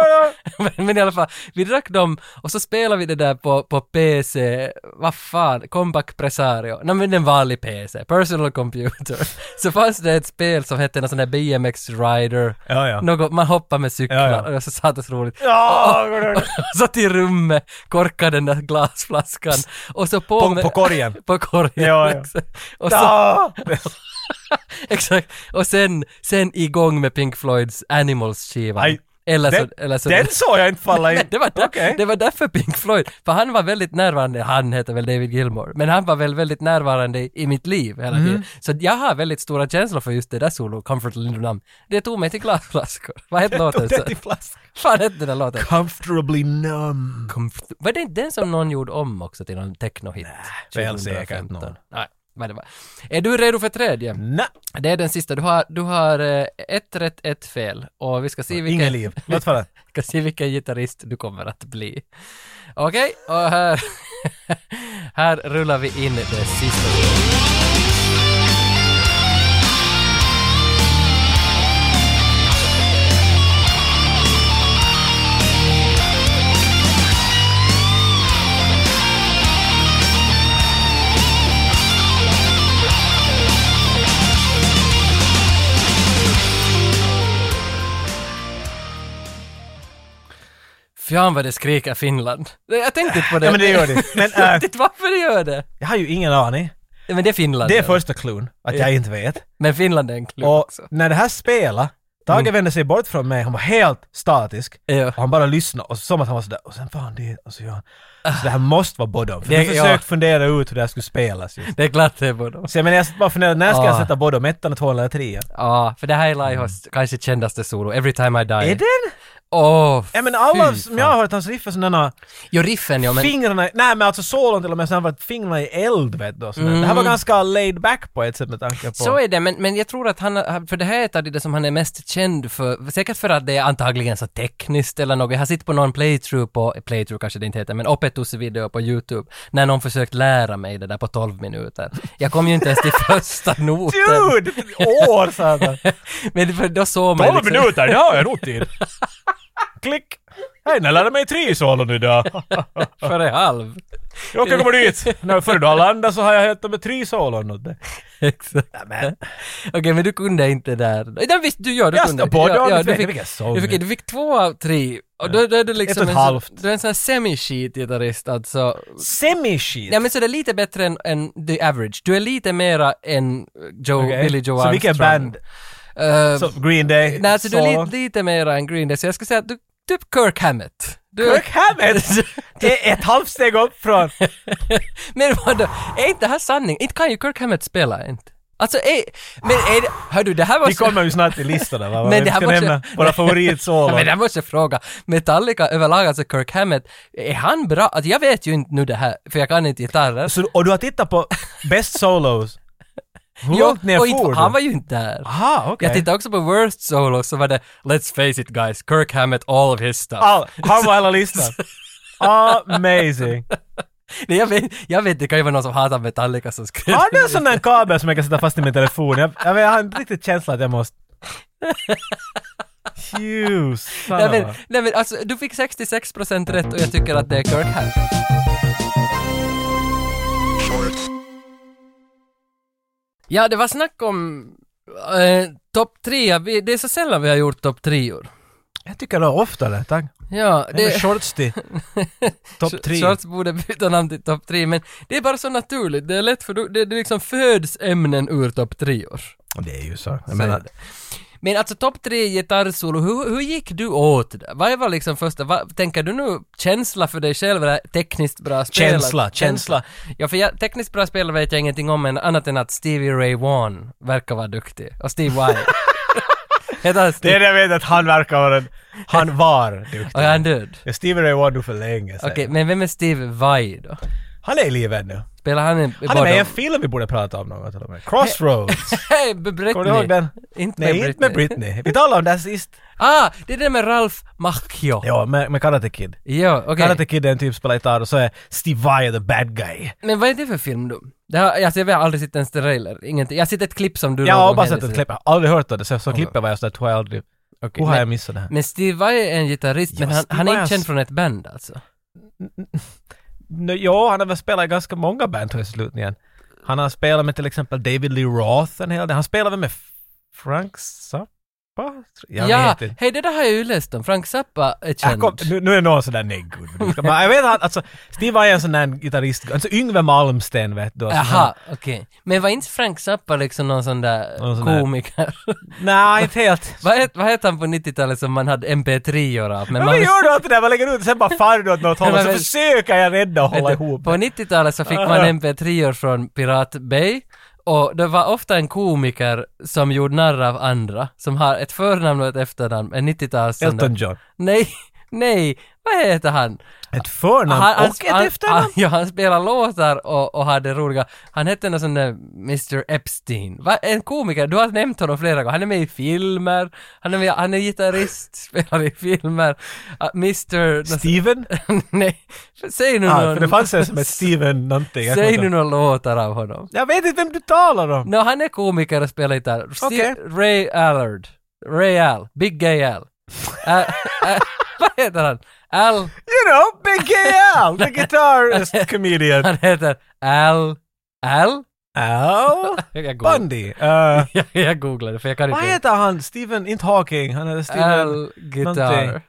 Speaker 1: ja,
Speaker 3: men, men i alla fall, vi drack dem och så spelade vi det där på, på PC, vad fan, Compact Presario, nej men en vanlig PC, personal computer. så fanns det ett spel som hette någon sån där BMX Rider,
Speaker 1: Ja, ja.
Speaker 3: Något, man hoppar med cyklar
Speaker 1: Ja, ja.
Speaker 3: och det var så satans roligt.
Speaker 1: Ja, går det-
Speaker 3: så till rummet, korkade den där glasflaskan och så på,
Speaker 1: På-
Speaker 3: med,
Speaker 1: på korgen.
Speaker 3: på korgen.
Speaker 1: Ja, ja.
Speaker 3: liksom. Och så,
Speaker 1: Ja.
Speaker 3: Exakt. Och sen, sen igång med Pink Floyds Animals-skivan.
Speaker 1: Aj,
Speaker 3: Eller så,
Speaker 1: den,
Speaker 3: eller så
Speaker 1: den såg jag inte falla in.
Speaker 3: Nej, det, var där,
Speaker 1: Okej.
Speaker 3: det var därför Pink Floyd, för han var väldigt närvarande, han heter väl David Gilmore, men han var väl väldigt närvarande i mitt liv hela
Speaker 1: Mm.
Speaker 3: tiden. Så att jag har väldigt stora känslor för just det där solo, Comfort Little Numb. Det tog mig till glasflaskor. Vad hette låten?
Speaker 1: Tog den
Speaker 3: så?
Speaker 1: till flask.
Speaker 3: Fan hette den där låten?
Speaker 1: Comfortably numb.
Speaker 3: Comf- Var det inte den som någon gjorde om också till någon technohit?
Speaker 1: väl säkert någon. Mm.
Speaker 3: Nej, vad det var. Är du redo för tredje?
Speaker 1: Nej,
Speaker 3: Det är den sista. Du har, du har eh, ett rätt, ett fel. Och vi ska se vilken...
Speaker 1: inget liv. Låt falla.
Speaker 3: ska se vilken gitarrist du kommer att bli. Okej, och här, här rullar vi in det sista. Fan vad det skriker Finland. Nej, Jag tänkte inte på det.
Speaker 1: Ja, men det gör det. Men,
Speaker 3: jag
Speaker 1: äh,
Speaker 3: vet inte varför det gör det.
Speaker 1: Jag har ju ingen aning.
Speaker 3: Nej, Men det är Finland.
Speaker 1: Det är
Speaker 3: ja.
Speaker 1: första klun, att jag inte vet.
Speaker 3: Men Finland är en klubb
Speaker 1: Och
Speaker 3: också. Mm.
Speaker 1: när det här spelade, Tage vände sig bort från mig, han var helt statisk.
Speaker 3: Ja.
Speaker 1: Och han bara lyssnade, och som att han var sådär, och sen får han det, och så gör han. Så det här måste vara Bodom. För
Speaker 3: Det-
Speaker 1: jag försökte
Speaker 3: ja.
Speaker 1: fundera ut hur det här skulle spelas. Just.
Speaker 3: Det är klart det är både
Speaker 1: Så jag menar, jag satt bara funderade, när ska jag
Speaker 3: Ah.
Speaker 1: sätta Bodom? Ettan och tvåan eller trean?
Speaker 3: Ja, för det här är Laihos kanske kändaste solo, Every Time I Die.
Speaker 1: Mm. Är den?
Speaker 3: Åh,
Speaker 1: Ja men alla
Speaker 3: fy
Speaker 1: som
Speaker 3: fan.
Speaker 1: jag har hört hans riff är sådana
Speaker 3: Jo, riffen ja, men...
Speaker 1: fingrarna, nej men alltså solon till och med, sen var fingrarna i eld vet du. och sådär. Det här var ganska laid back på ett sätt med tanke på...
Speaker 3: Mm. Så är det, men, men jag tror att han, han- för det här är ett av det som han är mest känd för, säkert för att det är antagligen så tekniskt eller något. Jag sitter på någon playthrough på, playthrough kanske det inte heter, men Opetus-video på YouTube, när någon försökt lära mig det där på 12 minuter. Jag kom ju inte ens till första noten.
Speaker 1: Dude! År satan!
Speaker 3: Men för då såg man
Speaker 1: 12
Speaker 3: liksom,
Speaker 1: minuter, det har jag nog tid! Klick! Hej, när lärde mig tre solon idag?
Speaker 3: före halv.
Speaker 1: Jag kan komma dit! När före du har landat så har jag hittat med tre solon åt dig.
Speaker 3: Exakt. Okej, men du kunde inte där. Nej, visst, du gör, du
Speaker 1: Jag
Speaker 3: kunde.
Speaker 1: står på dagen,
Speaker 3: du
Speaker 1: vet
Speaker 3: fick,
Speaker 1: inte vilken sång.
Speaker 3: du, fick, du fick två av tre. Och då, då är du
Speaker 1: Ett
Speaker 3: liksom
Speaker 1: och ett
Speaker 3: en, sån-
Speaker 1: halvt.
Speaker 3: du är en sån här semi-sheet gitarrist alltså.
Speaker 1: Semi-shit!
Speaker 3: Ja men så det är lite bättre än, än the average. Du är lite mera än Joe,
Speaker 1: Okej.
Speaker 3: Billy Joe
Speaker 1: Så vilka
Speaker 3: Armstrong.
Speaker 1: band?
Speaker 3: Eh,
Speaker 1: Så Green Day?
Speaker 3: nej alltså du är
Speaker 1: solon.
Speaker 3: lite, lite mera än Green Day, så jag skulle säga att du, typ Kirk Hammett. Du,
Speaker 1: Kirk Hammett! Det är ett halvt steg upp från...
Speaker 3: men vadå, är inte det här sanning? Inte kan ju Kirk Hammett spela inte. Alltså är, men är det, hör du det här var
Speaker 1: Vi
Speaker 3: så-
Speaker 1: kommer ju snart till listorna va?
Speaker 3: Men
Speaker 1: Men
Speaker 3: det
Speaker 1: vi
Speaker 3: här
Speaker 1: ska
Speaker 3: måste-
Speaker 1: nämna våra
Speaker 3: Ja,
Speaker 1: favoritsolon.
Speaker 3: men jag måste fråga, Metallica överlag, alltså Kirk Hammett, är han bra? Alltså jag vet ju inte nu det här, för jag kan inte gitarrer.
Speaker 1: Så, och du har tittat på Best Solos? Hur
Speaker 3: Jo,
Speaker 1: långt ner
Speaker 3: och inte-
Speaker 1: for du?
Speaker 3: Han var ju inte där.
Speaker 1: Aha, okej.
Speaker 3: Jag tittade också på Worst Solo, så var det Let's face it guys, Kirk Hammett, all of his stuff.
Speaker 1: All, han var alla listan. Amazing.
Speaker 3: Nej, jag, vet, jag vet, det kan ju vara någon som hatar Metallica som skrev
Speaker 1: Har du en sån där kabel som jag kan sätta fast i min telefon? Jag, jag, vet, jag har inte riktigt känsla att jag måste... Hughes.
Speaker 3: Nej men, nej men alltså, du fick 66% rätt och jag tycker att det är Kirk Hammett. Ja, det var snack om eh, topp tre. Vi, det är så sällan vi har gjort topp treor.
Speaker 1: Jag tycker det är oftare, tack.
Speaker 3: Ja,
Speaker 1: Det är
Speaker 3: det...
Speaker 1: shorts till. Topp tre.
Speaker 3: Shorts borde byta namn till topp tre, men det är bara så naturligt. Det är lätt för du, det, det liksom föds ämnen ur topp treor.
Speaker 1: Det är ju så. Jag
Speaker 3: Så är
Speaker 1: menar,
Speaker 3: det. Men alltså topp tre gitarrsolo, hur, hur gick du åt det? Vad var liksom första, vad, tänker du nu känsla för dig själv, det här tekniskt bra spelare?
Speaker 1: Känsla, känsla.
Speaker 3: Ja, för jag, tekniskt bra spelare vet jag ingenting om, men annat än att Stevie Ray Vaughan verkar vara duktig. Och Steve Vai. Heter han
Speaker 1: det är
Speaker 3: Steve?
Speaker 1: det jag vet att han verkar vara en... Han var duktig.
Speaker 3: Och är han död?
Speaker 1: Ja, Steve Ray var du för länge sedan.
Speaker 3: Okej, men vem är Steve Vai då?
Speaker 1: Han är i livet ännu.
Speaker 3: Spelar han en...
Speaker 1: Han är med i en film vi borde prata om någon gång till och med. Crossroads.
Speaker 3: Hej, Britney!
Speaker 1: Kommer du ihåg den?
Speaker 3: Inte
Speaker 1: Nej,
Speaker 3: med Britney.
Speaker 1: inte med Britney. Vi talade om det här sist.
Speaker 3: Ah, det är det med Ralph Macchio.
Speaker 1: Ja, med, med Karate Kid.
Speaker 3: Ja, okej.
Speaker 1: Karate Kid är en typ spelar gitarr och så är Steve Vai the bad guy.
Speaker 3: Men vad är det för film då? Det har, alltså jag har aldrig sett en trailer, ingenting. Jag har sett ett klipp som du
Speaker 1: Jag
Speaker 3: någon
Speaker 1: har
Speaker 3: gång
Speaker 1: bara sett
Speaker 3: hänvisade
Speaker 1: ett
Speaker 3: till.
Speaker 1: klipp, jag har aldrig hört om det, så jag såg klippet var jag sådär, tror jag aldrig...
Speaker 3: Okej,
Speaker 1: Hur har jag
Speaker 3: men,
Speaker 1: missat det här?
Speaker 3: men Steve Vai är en gitarrist,
Speaker 1: Ja,
Speaker 3: men han,
Speaker 1: Steve
Speaker 3: han är
Speaker 1: Vai
Speaker 3: inte
Speaker 1: har-
Speaker 3: känd från ett band alltså?
Speaker 1: Nå, Ja, han har väl spelat i ganska många band tror jag i slutningen. Han har spelat med till exempel David Lee Roth en hel del. Han spelar väl med Frank Zappa? Patrik? Jag
Speaker 3: ja,
Speaker 1: vet inte.
Speaker 3: hej det där har jag ju läst om. Frank Zappa är
Speaker 1: Äh,
Speaker 3: känd.
Speaker 1: kom, nu, nu är någon sådär neggud. Nu ska man- Jag vet att alltså, Steve var ju en sån där gitarrist, alltså Yngve Malmsten vet du. alltså,
Speaker 3: Jaha, okej. Men var inte Frank Zappa liksom någon sån där
Speaker 1: Någon sån där-
Speaker 3: komiker?
Speaker 1: Nej, inte helt.
Speaker 3: vad, het, vad hette han på 90-talet som man hade mp3-or av? Men
Speaker 1: Men
Speaker 3: man,
Speaker 1: vad gör du allt det där? Man lägger ut sen bara far du åt något håll och så
Speaker 3: Men-
Speaker 1: försöker jag rädda och
Speaker 3: vet
Speaker 1: hålla
Speaker 3: du,
Speaker 1: ihop.
Speaker 3: På 90-talet så fick man mp3-or från Pirat Bay och det var ofta en komiker som gjorde narr av andra, som har ett förnamn och ett efternamn, en 90-tals... sån där-
Speaker 1: Elton John.
Speaker 3: Nej, nej, vad heter han?
Speaker 1: Ett förnamn och ett efternamn.
Speaker 3: han- Ja, han spelade låtar och, och hade roliga... Han hette någon sån där Mr Epstein. Va? En komiker, du har nämnt honom flera gånger. Han är med i filmer, han är, med, han är gitarrist, spelar i filmer. Ah, Mr...
Speaker 1: Steven?
Speaker 3: Nej, säg nu
Speaker 1: Ja,
Speaker 3: någon...
Speaker 1: Ah, för det fanns en som hette Steven någonting. Jag
Speaker 3: Säg
Speaker 1: kommer inte
Speaker 3: nu
Speaker 1: ihåg.
Speaker 3: några låtar av honom.
Speaker 1: Jag vet inte vem du talar om.
Speaker 3: Nå, han är komiker och spelar gitarr.
Speaker 1: Okej.
Speaker 3: Steve Ray Allard. Ray Al. Big Gay Al. Ä- ä- vad heter han? Al...
Speaker 1: You know, Big Al, the guitarist comedian.
Speaker 3: Han heter Al... Al?
Speaker 1: Al
Speaker 3: Jag googlar.
Speaker 1: Bundy. Uh,
Speaker 3: jag, jag googlade för jag kan
Speaker 1: vad
Speaker 3: inte...
Speaker 1: heter han? Steven, inte Hawking, han heter Steven...
Speaker 3: Al Guitar.
Speaker 1: någonting.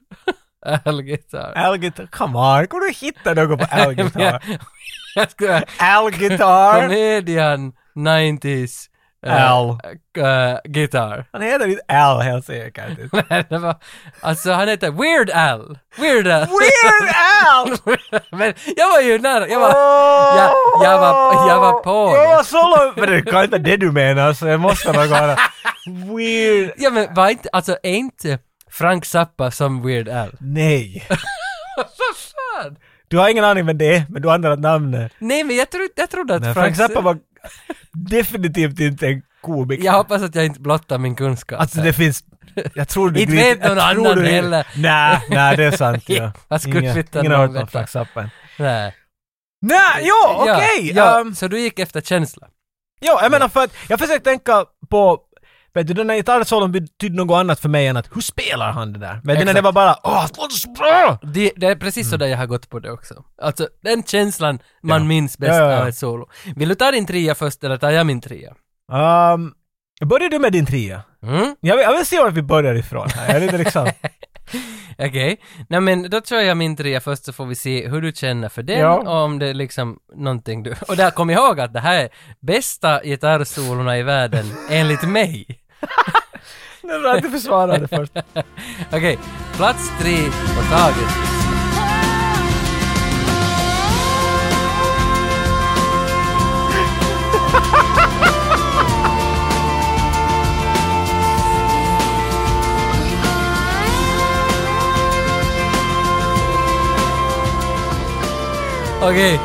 Speaker 3: Al Guitar.
Speaker 1: Al Guitar. Come on, kan du hitta något på Al Guitar?
Speaker 3: jag skulle...
Speaker 1: Al Guitar?
Speaker 3: Comedian 90s. eh,
Speaker 1: Al.
Speaker 3: eh, guitar.
Speaker 1: Han heter inte Al helt säkert.
Speaker 3: det var, alltså han heter Weird Al. Weird Al.
Speaker 1: Weird Al!
Speaker 3: Men jag var ju nära, jag var...
Speaker 1: Åh!
Speaker 3: jag, jag, var, jag var på
Speaker 1: Jag var
Speaker 3: det.
Speaker 1: så långt... Men det kan inte vara det du menar, så jag måste nog vara... Weird...
Speaker 3: Ja men var inte, alltså är inte Frank Zappa som Weird Al?
Speaker 1: Nej.
Speaker 3: Vad fan?
Speaker 1: Du har ingen aning vem det är, men du har ändrat namnet.
Speaker 3: Nej men jag, trodde, jag trodde att
Speaker 1: Nej,
Speaker 3: Frank,
Speaker 1: Frank Zappa var definitivt inte en komiker.
Speaker 3: Jag hoppas att jag inte blottar min kunskap.
Speaker 1: Alltså det finns... Jag tror du
Speaker 3: Inte vet någon
Speaker 1: jag tror
Speaker 3: annan
Speaker 1: du-
Speaker 3: heller.
Speaker 1: Nej, nej det är sant ja.
Speaker 3: Vad skulle
Speaker 1: Ingen-
Speaker 3: skiten
Speaker 1: Ingen har
Speaker 3: någon
Speaker 1: hört någon
Speaker 3: veta?
Speaker 1: Frank Zappa än.
Speaker 3: Nej.
Speaker 1: Nej, jo,
Speaker 3: Ja,
Speaker 1: okej!
Speaker 3: ja,
Speaker 1: ehm,
Speaker 3: så du gick efter känsla?
Speaker 1: Jo, jag menar för att jag försöker tänka på Vet du, den där gitarrsolon betydde något annat för mig än att hur spelar han det där? Men när det
Speaker 3: Exakt.
Speaker 1: var bara åh, det låter så bra!
Speaker 3: Det, det är precis sådär jag har gått på det också. Alltså den känslan man minns bäst
Speaker 1: Mm. Ja, ja, ja.
Speaker 3: av ett solo. Vill du ta din trea först eller tar jag min trea?
Speaker 1: Um, börjar du med din trea?
Speaker 3: Mm?
Speaker 1: Jag vill, jag vill se var vi börjar ifrån här. Jag är lite liksom...
Speaker 3: Okej. Nej men då kör jag min trea först så får vi se hur du känner för den
Speaker 1: Ja.
Speaker 3: och om det är liksom någonting du... Och där kom ihåg att det här är bästa gitarrsolona i världen enligt mig.
Speaker 1: Nu har jag inte försvarat det först.
Speaker 3: Okej, plats tre på taget. Okej,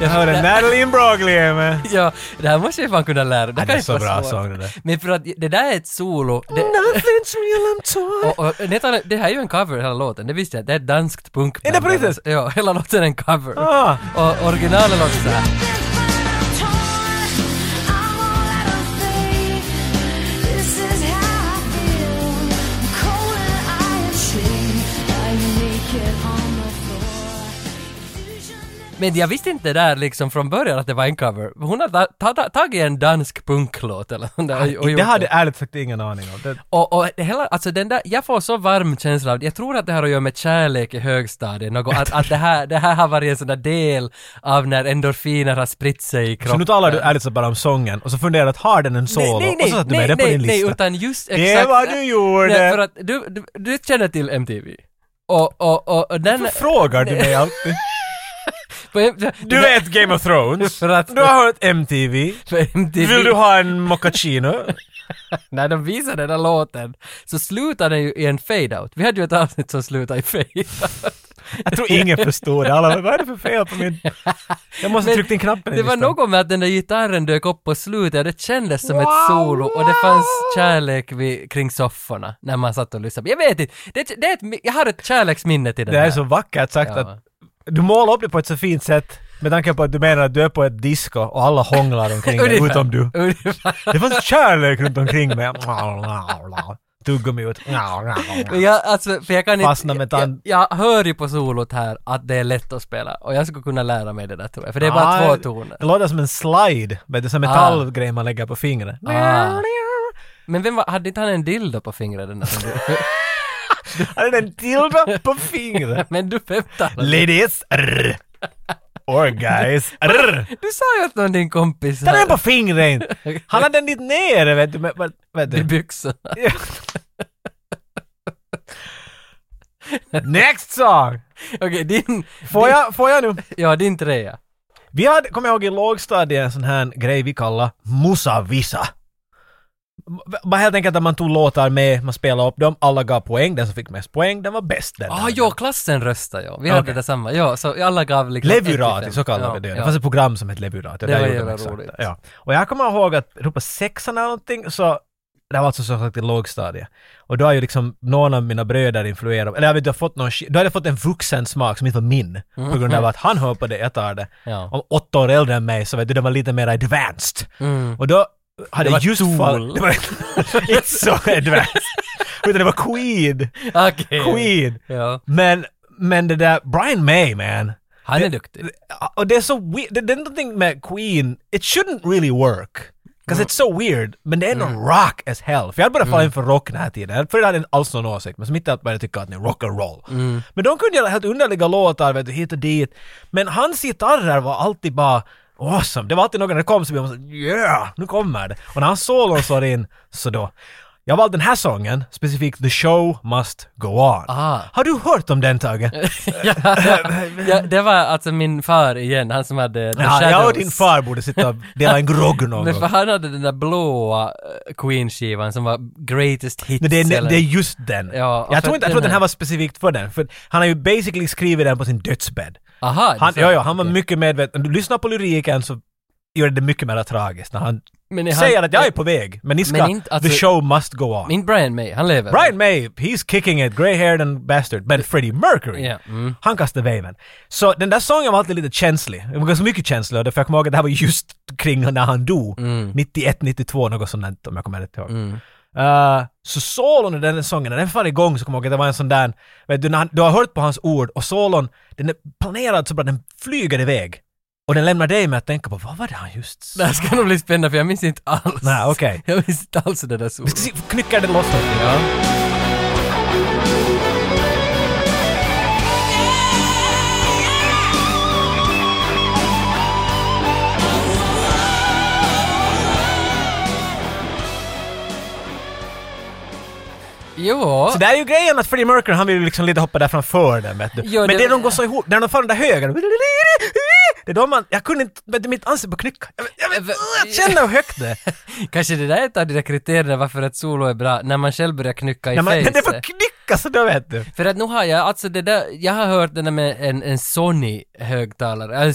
Speaker 1: Jag hörde Madeline Broglie är med.
Speaker 3: ja, det här måste jag fan kunna lära. Det,
Speaker 1: Ja,
Speaker 3: kan
Speaker 1: Det är
Speaker 3: inte
Speaker 1: så
Speaker 3: vara
Speaker 1: bra
Speaker 3: svårt.
Speaker 1: sång det där.
Speaker 3: Men för att det där är ett solo. Det,
Speaker 1: Nothing's real I'm torn.
Speaker 3: Och, och, nästan, det här är ju en cover hela låten, det visste jag. Det är ett danskt punkband.
Speaker 1: Är det på riktigt?
Speaker 3: Ja, hela låten är en cover.
Speaker 1: Ah.
Speaker 3: Och originalet låter så här. Men jag visste inte där liksom från början att det var en cover. Hon har ta, ta, ta, tagit en dansk punklåt eller sånt där och, och gjort
Speaker 1: Det hade jag ärligt sagt ingen aning om. Det,
Speaker 3: Och, och det hela, alltså den där, jag får så varm känsla av, jag tror att det har att göra med kärlek i högstadiet, något, att, att det, här, det här har varit en sån där del av när endorfiner har spritt sig i kroppen.
Speaker 1: så nu talar du ärligt sagt bara om sången och så funderar du att har den en solo?
Speaker 3: Nej, nej,
Speaker 1: och
Speaker 3: nej,
Speaker 1: så satte du
Speaker 3: nej,
Speaker 1: med den på
Speaker 3: nej,
Speaker 1: din
Speaker 3: nej,
Speaker 1: lista.
Speaker 3: utan just exakt...
Speaker 1: det är vad du gjorde!
Speaker 3: Nej, för att du, du, du känner till MTV. Och, och, och, och den...
Speaker 1: Varför frågar du mig alltid?
Speaker 3: på-
Speaker 1: Du vet Game of Thrones.
Speaker 3: För att-
Speaker 1: Du har hört MTV.
Speaker 3: på MTV.
Speaker 1: Vill du ha en moccacino?
Speaker 3: När de visar den här låten så slutar den ju i en fade-out. Vi hade ju ett avsnitt som slutade i fade-out.
Speaker 1: Jag tror ingen förstod det. Alla bara, vad är det för fel på min... Jag måste
Speaker 3: Men
Speaker 1: trycka in knappen i
Speaker 3: Det var
Speaker 1: listan.
Speaker 3: något med att den där gitarren dök upp på slutet och det kändes som ett solo och det fanns kärlek vid, kring sofforna när man satt och lyssnade. Jag vet inte, det, det är ett, jag har ett kärleksminne till den
Speaker 1: Det
Speaker 3: här.
Speaker 1: är så vackert sagt
Speaker 3: Ja.
Speaker 1: att du målar upp det på ett så fint sätt med tanke på att du menar att du är på ett disco och alla hånglar omkring dig,
Speaker 3: Ungefär.
Speaker 1: utom du.
Speaker 3: Ungefär.
Speaker 1: Det fanns kärlek runt omkring mig. Tuggummi ut.
Speaker 3: Men jag, alltså, för jag kan
Speaker 1: Fastna med
Speaker 3: inte, jag,
Speaker 1: tand-
Speaker 3: jag hör ju på solot här att det är lätt att spela och jag skulle kunna lära mig det där tror jag, för det är bara
Speaker 1: Ah,
Speaker 3: två toner.
Speaker 1: Det låter som en slide, vet du, som metallgrej man lägger på fingret.
Speaker 3: Ah. Men vem var, hade inte han en dildo på fingret den där? som du-
Speaker 1: Hade den dildo på fingret?
Speaker 3: Men du skämtar?
Speaker 1: Ladies, rrr. Or guys, rrr.
Speaker 3: Du sa ju att någon din kompis
Speaker 1: Ta den på fingret inte. Han hade den dit nere vet du. Men, vad- vet
Speaker 3: i
Speaker 1: du.
Speaker 3: byxorna.
Speaker 1: Next song!
Speaker 3: Okej, din,
Speaker 1: Får jag, får jag nu?
Speaker 3: ja din trea.
Speaker 1: Vi hade, kommer jag ihåg i lågstadiet, en sån här grej vi kallar musavisa. V- Bara helt enkelt att man tog låtar med, man spelade upp dem, alla gav poäng, den som fick mest poäng, den var bäst den.
Speaker 3: Ah, ja, klassen röstade ja. Vi hade
Speaker 1: Okej.
Speaker 3: det samma. Ja, så alla gav liksom... ett
Speaker 1: Levurati,
Speaker 3: till
Speaker 1: så
Speaker 3: fem.
Speaker 1: kallade
Speaker 3: ja,
Speaker 1: vi det. Det
Speaker 3: ja.
Speaker 1: fanns ett program som hette Levurati. och
Speaker 3: Det
Speaker 1: där
Speaker 3: var
Speaker 1: gjorde de
Speaker 3: jävla
Speaker 1: exakt
Speaker 3: roligt.
Speaker 1: det. Ja. Och jag kommer ihåg att ropa sexan eller någonting, så det här var alltså som sagt i lågstadiet. Och då har ju liksom någon av mina bröder influerat, eller jag vet, du har fått någon, sk- då hade jag fått en vuxen smak som inte var min. På grund
Speaker 3: Mm.
Speaker 1: av att han hör på det, jag tar det.
Speaker 3: Ja.
Speaker 1: Om åtta år äldre än mig så vet du, de var lite mer advanced.
Speaker 3: Mm.
Speaker 1: Och då hade
Speaker 3: Det var
Speaker 1: jag just
Speaker 3: Tool.
Speaker 1: fall- Det var inte så advanced. Utan det var Queen.
Speaker 3: Okej.
Speaker 1: Queen.
Speaker 3: Ja.
Speaker 1: Men, men det där, Brian May man.
Speaker 3: Han är duktig.
Speaker 1: Och det är så weird, det, det är någonting med Queen, it shouldn't really work. Cause it's so weird, men det är ändå rock as hell. För jag hade börjat falla in för rock den här tiden. För jag hade inte alls någon åsikt, men som inte allt började tycka att det är rock'n'roll. Men de kunde göra helt underliga låtar, vet du, hit och dit. Men hans gitarrer var alltid bara awesome. Det var alltid någon när det kom så blev man så yeah, nu kommer det. Och när hans solon slår in, så då. Jag valde den här sången, specifikt The Show Must Go On.
Speaker 3: Ah.
Speaker 1: Har du hört om den Tage?
Speaker 3: ja, ja, det var alltså min far igen, han som hade The
Speaker 1: Ja,
Speaker 3: Shadows.
Speaker 1: jag och din far borde sitta och dela en grogg någon
Speaker 3: Men
Speaker 1: gång.
Speaker 3: för han hade den där blåa eh, Queen-skivan som var greatest hits.
Speaker 1: Nej, det, är,
Speaker 3: eller-
Speaker 1: det är just den.
Speaker 3: Ja, och
Speaker 1: jag
Speaker 3: för
Speaker 1: tror inte jag
Speaker 3: den
Speaker 1: tror att den
Speaker 3: här-
Speaker 1: här var specifikt för den. För han har ju basically skrivit den på sin dödsbädd.
Speaker 3: Aha, det
Speaker 1: Han,
Speaker 3: sa-
Speaker 1: ja, ja, han var
Speaker 3: okej.
Speaker 1: mycket medveten. Om du lyssnar på lyriken så gör det det mycket mer tragiskt när han
Speaker 3: Men är han-
Speaker 1: säger att jag är på väg, men ni ska...
Speaker 3: Men inte- alltså-
Speaker 1: the show must go on.
Speaker 3: Inte Brian May, han lever.
Speaker 1: Brian May, he's kicking it, grey-haired and bastard. Men Freddie Mercury,
Speaker 3: Ja, mm.
Speaker 1: han kastade waven. Så den där sången var alltid lite känslig. Det var ganska mycket känslor, därför jag kommer ihåg att det här var just kring när han dog.
Speaker 3: Mm.
Speaker 1: 91, 92, något sånt där, om jag kommer rätt ihåg. Eh, så solon i den här sången, när den far igång så kommer jag ihåg att det var en sån där, vet du, när han, du har hört på hans ord och solon, den är planerad så bra, den flyger iväg. Och den lämnar dig med att tänka på, vad var det han just sa?
Speaker 3: Det här ska nog bli spännande för jag minns inte alls.
Speaker 1: Nej, okej.
Speaker 3: Jag minns inte alls det där så.
Speaker 1: Vi ska se, knyckar det loss lite.
Speaker 3: Ja. Jo,
Speaker 1: Så det är ju grejen att Freddie Mercury, han vill ju liksom lite hoppa där framför den vet du.
Speaker 3: Ja,
Speaker 1: men
Speaker 3: det-
Speaker 1: det de går så ihop, när de får den där högen. Det är då man, jag kunde inte, vet du mitt ansikte började knycka. Jag, jag,
Speaker 3: Äh,
Speaker 1: jag, jag känner hur högt det är.
Speaker 3: kanske det där är ett av de där kriterierna varför ett solo är bra, när man själv börjar knycka i
Speaker 1: När man,
Speaker 3: face.
Speaker 1: det får knycka så då vet du.
Speaker 3: För att nu har jag, alltså det där, jag har hört det där med en, en Sony-högtalare, en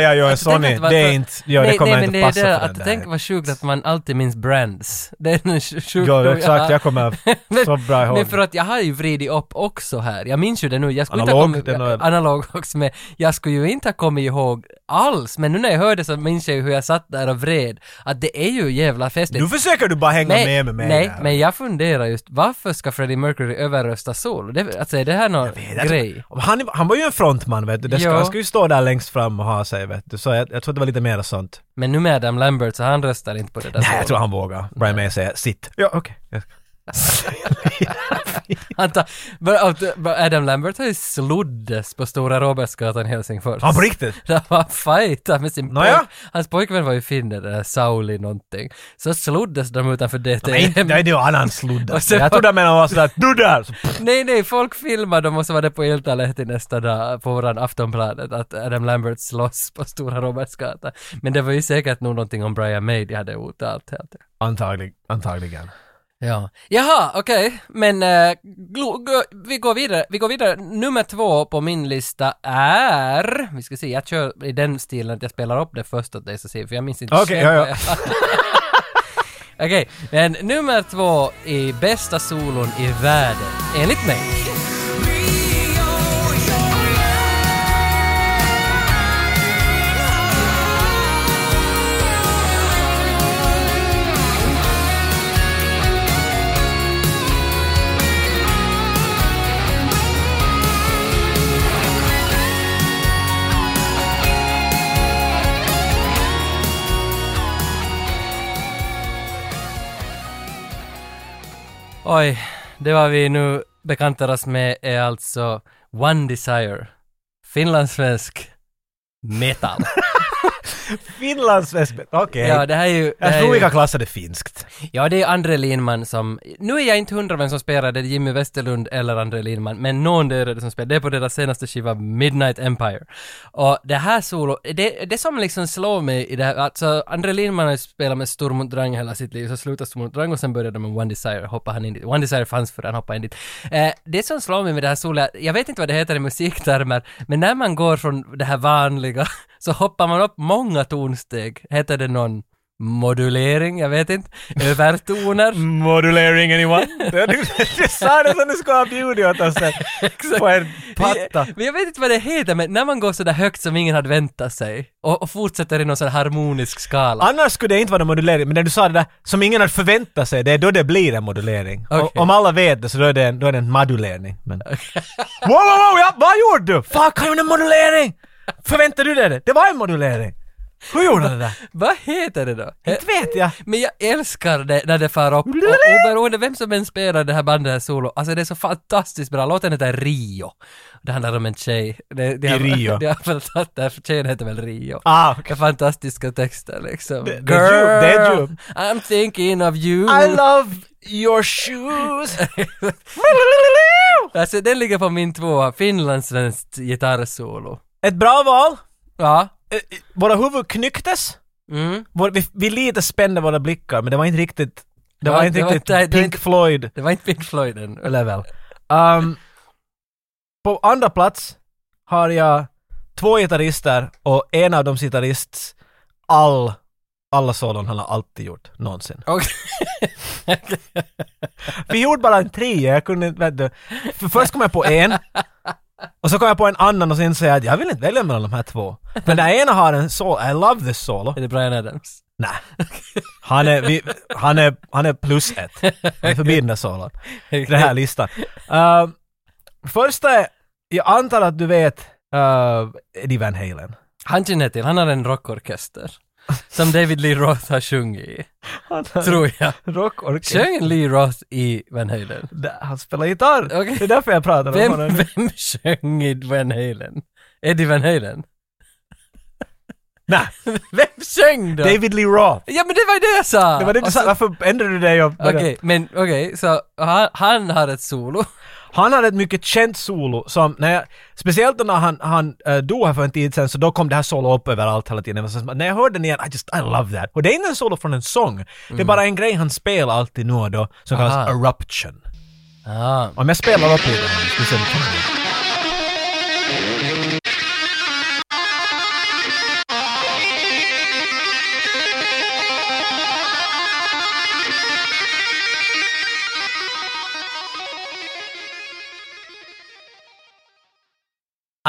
Speaker 1: Ja, ja, ja, en
Speaker 3: Alltså, tänk
Speaker 1: Sony.
Speaker 3: att varför-
Speaker 1: Det är inte- ja, det
Speaker 3: nej,
Speaker 1: kommer
Speaker 3: nej,
Speaker 1: inte
Speaker 3: men det är
Speaker 1: passa
Speaker 3: det
Speaker 1: för
Speaker 3: att
Speaker 1: den där.
Speaker 3: Tänk vad sjukt att man alltid minns brands. Det är en sj- sjukdom
Speaker 1: Ja, exakt,
Speaker 3: har.
Speaker 1: jag kommer så bra ihåg.
Speaker 3: Men för att jag har ju vridit upp också här. Jag minns ju det nu. Jag skulle
Speaker 1: Analog,
Speaker 3: inte
Speaker 1: den
Speaker 3: ha
Speaker 1: har-
Speaker 3: kommit, analog också, men jag skulle ju inte ha kommit ihåg alls. Men nu när jag hörde så minns jag ju hur jag satt där och vred. Att det är ju jävla festligt.
Speaker 1: Nu försöker du bara hänga
Speaker 3: Nej,
Speaker 1: med med mig
Speaker 3: nej
Speaker 1: där.
Speaker 3: men jag funderar just varför ska Freddie Mercury överrösta solo? Det, alltså är det här någon
Speaker 1: Jag vet att-
Speaker 3: grej?
Speaker 1: Han, han var ju en frontman vet du, det ska,
Speaker 3: Ja.
Speaker 1: han ska ju stå där längst fram och ha sig vet du. Så jag, jag tror att det var lite mer sånt.
Speaker 3: Men nu med Adam Lambert så han röstar inte på det där
Speaker 1: Nej, jag
Speaker 3: solo.
Speaker 1: tror han vågar. Brian May säger sitt. Ja, okej. Jag ska-
Speaker 3: Han tar, men- men Adam Lambert har ju sloddes på Stora Robertsgatan i Helsingfors.
Speaker 1: Ja, på riktigt?
Speaker 3: Där han fightade med sin
Speaker 1: Nåja.
Speaker 3: pojk. Hans pojkvän var ju finne, den där Sauli någonting. Så sloddes de utanför
Speaker 1: Nej,
Speaker 3: DTM.
Speaker 1: inte- nej, det är ju annan sludd.
Speaker 3: Och sen-
Speaker 1: Jag trodde han menade var sådär, du där! Så, pff,
Speaker 3: Nej, nej, folk filmade dem och så var det på Iltalehti nästa dag på våran Aftonbladet att Adam Lambert slåss på Stora Robertsgatan. Men det var ju säkert nog någonting om Brian May de hade otalt helt enkelt.
Speaker 1: antaglig, antagligen.
Speaker 3: Ja. Jaha, okej. Men eh, glo- gö- vi går vidare. Vi går vidare. Nummer två på min lista är... Vi ska se, jag kör i den stilen att jag spelar upp det först åt dig så ser vi, för jag minns inte
Speaker 1: Okej,
Speaker 3: själv
Speaker 1: ja, ja.
Speaker 3: vad jag Okej, men nummer två i bästa solon i världen, enligt mig. Oj, det var vi nu bekantar oss med är alltså One Desire. Finlandssvensk metal.
Speaker 1: Finlandssvensk... Okej.
Speaker 3: ja, det här är ju... det här
Speaker 1: Jag
Speaker 3: är
Speaker 1: tror
Speaker 3: ju-
Speaker 1: vi kan klassa det finskt.
Speaker 3: Ja, det är André Lindman som... Nu är jag inte hundra vem som spelar, det är Jimmy Westerlund eller André Lindman, men någon där är det som spelar. Det är på deras senaste skiva Midnight Empire. Och det här solo, det, det som liksom slår mig i det här, alltså André Lindman har ju spelat med Stormont Drang hela sitt liv, så slutade Stormont Drang och sen började med One Desire, hoppade han in dit. One Desire fanns för han hoppade in dit. Eh, det som slår mig med det här solo, är- jag vet inte vad det heter i musiktermer, men när man går från det här vanliga så hoppar man upp många tonsteg, heter det någon modulering, jag vet inte, övertoner.
Speaker 1: Modulating anyone? du, du, du sa det som du skulle ha bjudit åt oss där. På en patta.
Speaker 3: Men jag vet inte vad det heter, men när man går sådär högt som ingen hade väntat sig och, och fortsätter i någon sån här harmonisk skala.
Speaker 1: Annars skulle det inte vara någon modulering, men när du sa det där som ingen hade förväntat sig, det är då det blir en modulering.
Speaker 3: Okej.
Speaker 1: Och, om alla vet det så då är det en, då är det en modulering. Men... wow, wow, wow, ja, vad gjorde du? Fuck, han gjorde en modulering! Förväntade du dig det? Det var en modulering! Hur gjorde han det där?
Speaker 3: vad heter det då? Eh,
Speaker 1: Inte vet jag.
Speaker 3: Men jag älskar det när det far upp. Och oberoende vem som än spelar det här bandet här solo, alltså det är så fantastiskt bra. Låten heter Rio. Det handlar om en tjej. Det, det
Speaker 1: I Rio.
Speaker 3: Det har väl tagit det här, för tjejen heter väl Rio.
Speaker 1: Ah, okej.
Speaker 3: Vilka fantastiska texter liksom.
Speaker 1: Det- det är djup, det är
Speaker 3: Girl,
Speaker 1: djup.
Speaker 3: I'm thinking of you.
Speaker 1: I love your shoes!
Speaker 3: Alltså den ligger på min tvåa, finlandssvenskt gitarrsolo.
Speaker 1: Ett bra val.
Speaker 3: Ja.
Speaker 1: Eh, eh, Våra huvud knycktes.
Speaker 3: Mm.
Speaker 1: Vår, vi, vi lite spände våra blickar, men det var inte riktigt... Det
Speaker 3: Ja,
Speaker 1: var inte
Speaker 3: det var
Speaker 1: riktigt
Speaker 3: inte- det var
Speaker 1: Pink
Speaker 3: inte-
Speaker 1: Floyd
Speaker 3: Det var inte Pink Floyd ännu.
Speaker 1: level. Um, på andra plats har jag två gitarrister och en av dem gitarrists all, alla solon han har alltid gjort, någonsin.
Speaker 3: Okej.
Speaker 1: Vi gjorde bara en trea, jag kunde inte, vet du. För först kom jag på en, och så kom jag på en annan och sen säger jag att jag vill inte välja mellan de här två. Men den ena har en solo, I love this solo.
Speaker 3: Är det Brian Adams?
Speaker 1: Nej. Han är, vi, han är, han är plus ett. Han är förbi den där solan. I den här listan. Uh, första är, jag antar att du vet uh, Eddie Van Halen.
Speaker 3: Han känner till, han har en rockorkester. Som David Lee Roth har sjungit i, tror jag.
Speaker 1: Rockorkester.
Speaker 3: Sjöng Lee Roth i Van Halen?
Speaker 1: Han spelar gitarr.
Speaker 3: Okej.
Speaker 1: Det är därför jag pratar om
Speaker 3: Vem,
Speaker 1: honom.
Speaker 3: vem sjöng i Van Halen? Eddie Van Halen?
Speaker 1: Nej,
Speaker 3: Vem sjöng då?
Speaker 1: David Lee Roth.
Speaker 3: Ja men det var ju det jag sa!
Speaker 1: Det var det du
Speaker 3: Och
Speaker 1: sa.
Speaker 3: så-
Speaker 1: Varför ändrade du dig? om-
Speaker 3: Okej, men okej, så han, han har ett solo.
Speaker 1: Han hade ett mycket känt solo som, när jag, speciellt då när han, han eh, dog här för en tid sedan, så då kom det här solo upp överallt hela tiden. Det var så- när jag hörde den igen, I just, I love that. Och det är inte en solo från en sång. Det är bara en grej han spelar alltid nu och då, som kallas
Speaker 3: Aha.
Speaker 1: eruption.
Speaker 3: Ah.
Speaker 1: Om jag spelar upp lite här, ska vi se om vi kan det.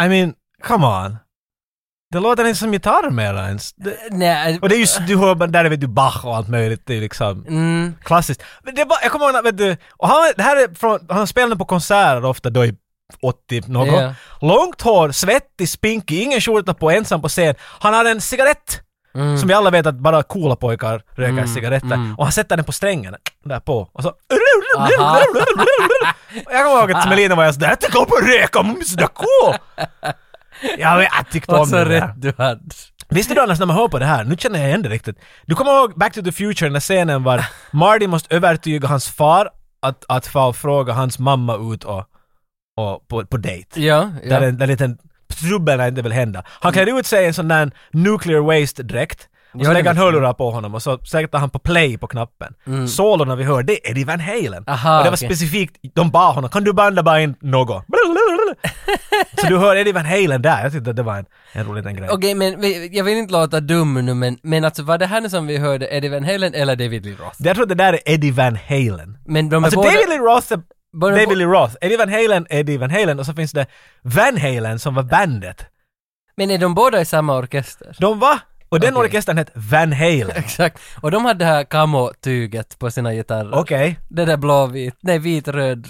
Speaker 1: I mean, come on. Det låter inte som gitarr mera ens. Det,
Speaker 3: Nej,
Speaker 1: och det är just, du hör, där vet du Bach och allt möjligt, det är liksom...
Speaker 3: mm,
Speaker 1: Klassiskt. Men det var, jag kommer ihåg, när- vet du, och han, det här är från, han spelade på konserter ofta då i 80 något.
Speaker 3: Ja.
Speaker 1: Långt hår, svettig, spinkig, ingen skjorta på, ensam på scen. Han hade en cigarett,
Speaker 3: Mm.
Speaker 1: som vi alla vet att bara coola pojkar röker cigaretter. Och han sätter den på strängen, där på. Och så...
Speaker 3: Aha.
Speaker 1: Och jag kommer ihåg att som liten var jag sådär, jag tycker om att röka, men sådär cool! Ja, men jag tyckte
Speaker 3: och
Speaker 1: om
Speaker 3: så
Speaker 1: det där.
Speaker 3: rätt du hade.
Speaker 1: Visste du annars när man hör på det här, nu känner jag igen det riktigt. Du kommer ihåg Back to the Future, när scenen var Marty måste övertyga hans far att, att få fråga hans mamma ut och, och på, på dejt.
Speaker 3: Ja,
Speaker 1: Där
Speaker 3: ja.
Speaker 1: en, där en liten trubbel inte vill hända. Han klär ut sig i en sån där nuclear waste-dräkt och så
Speaker 3: Ja, det
Speaker 1: lägger han
Speaker 3: vet jag. Mm.
Speaker 1: hörlurar på honom och så sätter han på play på knappen. Solorna vi hör, det är Eddie Van Halen.
Speaker 3: Aha,
Speaker 1: och det var
Speaker 3: okej.
Speaker 1: specifikt, de bad honom, kan du banda bara in något? så du hör Eddie Van Halen där, jag tyckte att det var en, en rolig liten grej.
Speaker 3: Okej, men vi- jag vill inte låta dum nu, men, men alltså var det här nu som vi hörde Eddie Van Halen eller David Lee Roth?
Speaker 1: Jag tror det där är Eddie Van Halen.
Speaker 3: Men de är
Speaker 1: Alltså
Speaker 3: båda...
Speaker 1: David Lee Roth är
Speaker 3: båda-
Speaker 1: David Lee Roth. Eddie Van Halen är Eddie Van Halen och så finns det Van Halen som var bandet.
Speaker 3: Men är de båda i samma orkester?
Speaker 1: De var, och den
Speaker 3: Okej.
Speaker 1: orkestern hette Van Halen.
Speaker 3: Exakt. Och de hade det här camo-tyget på sina gitarrer.
Speaker 1: Okej.
Speaker 3: Det där blåvit, nej vitröd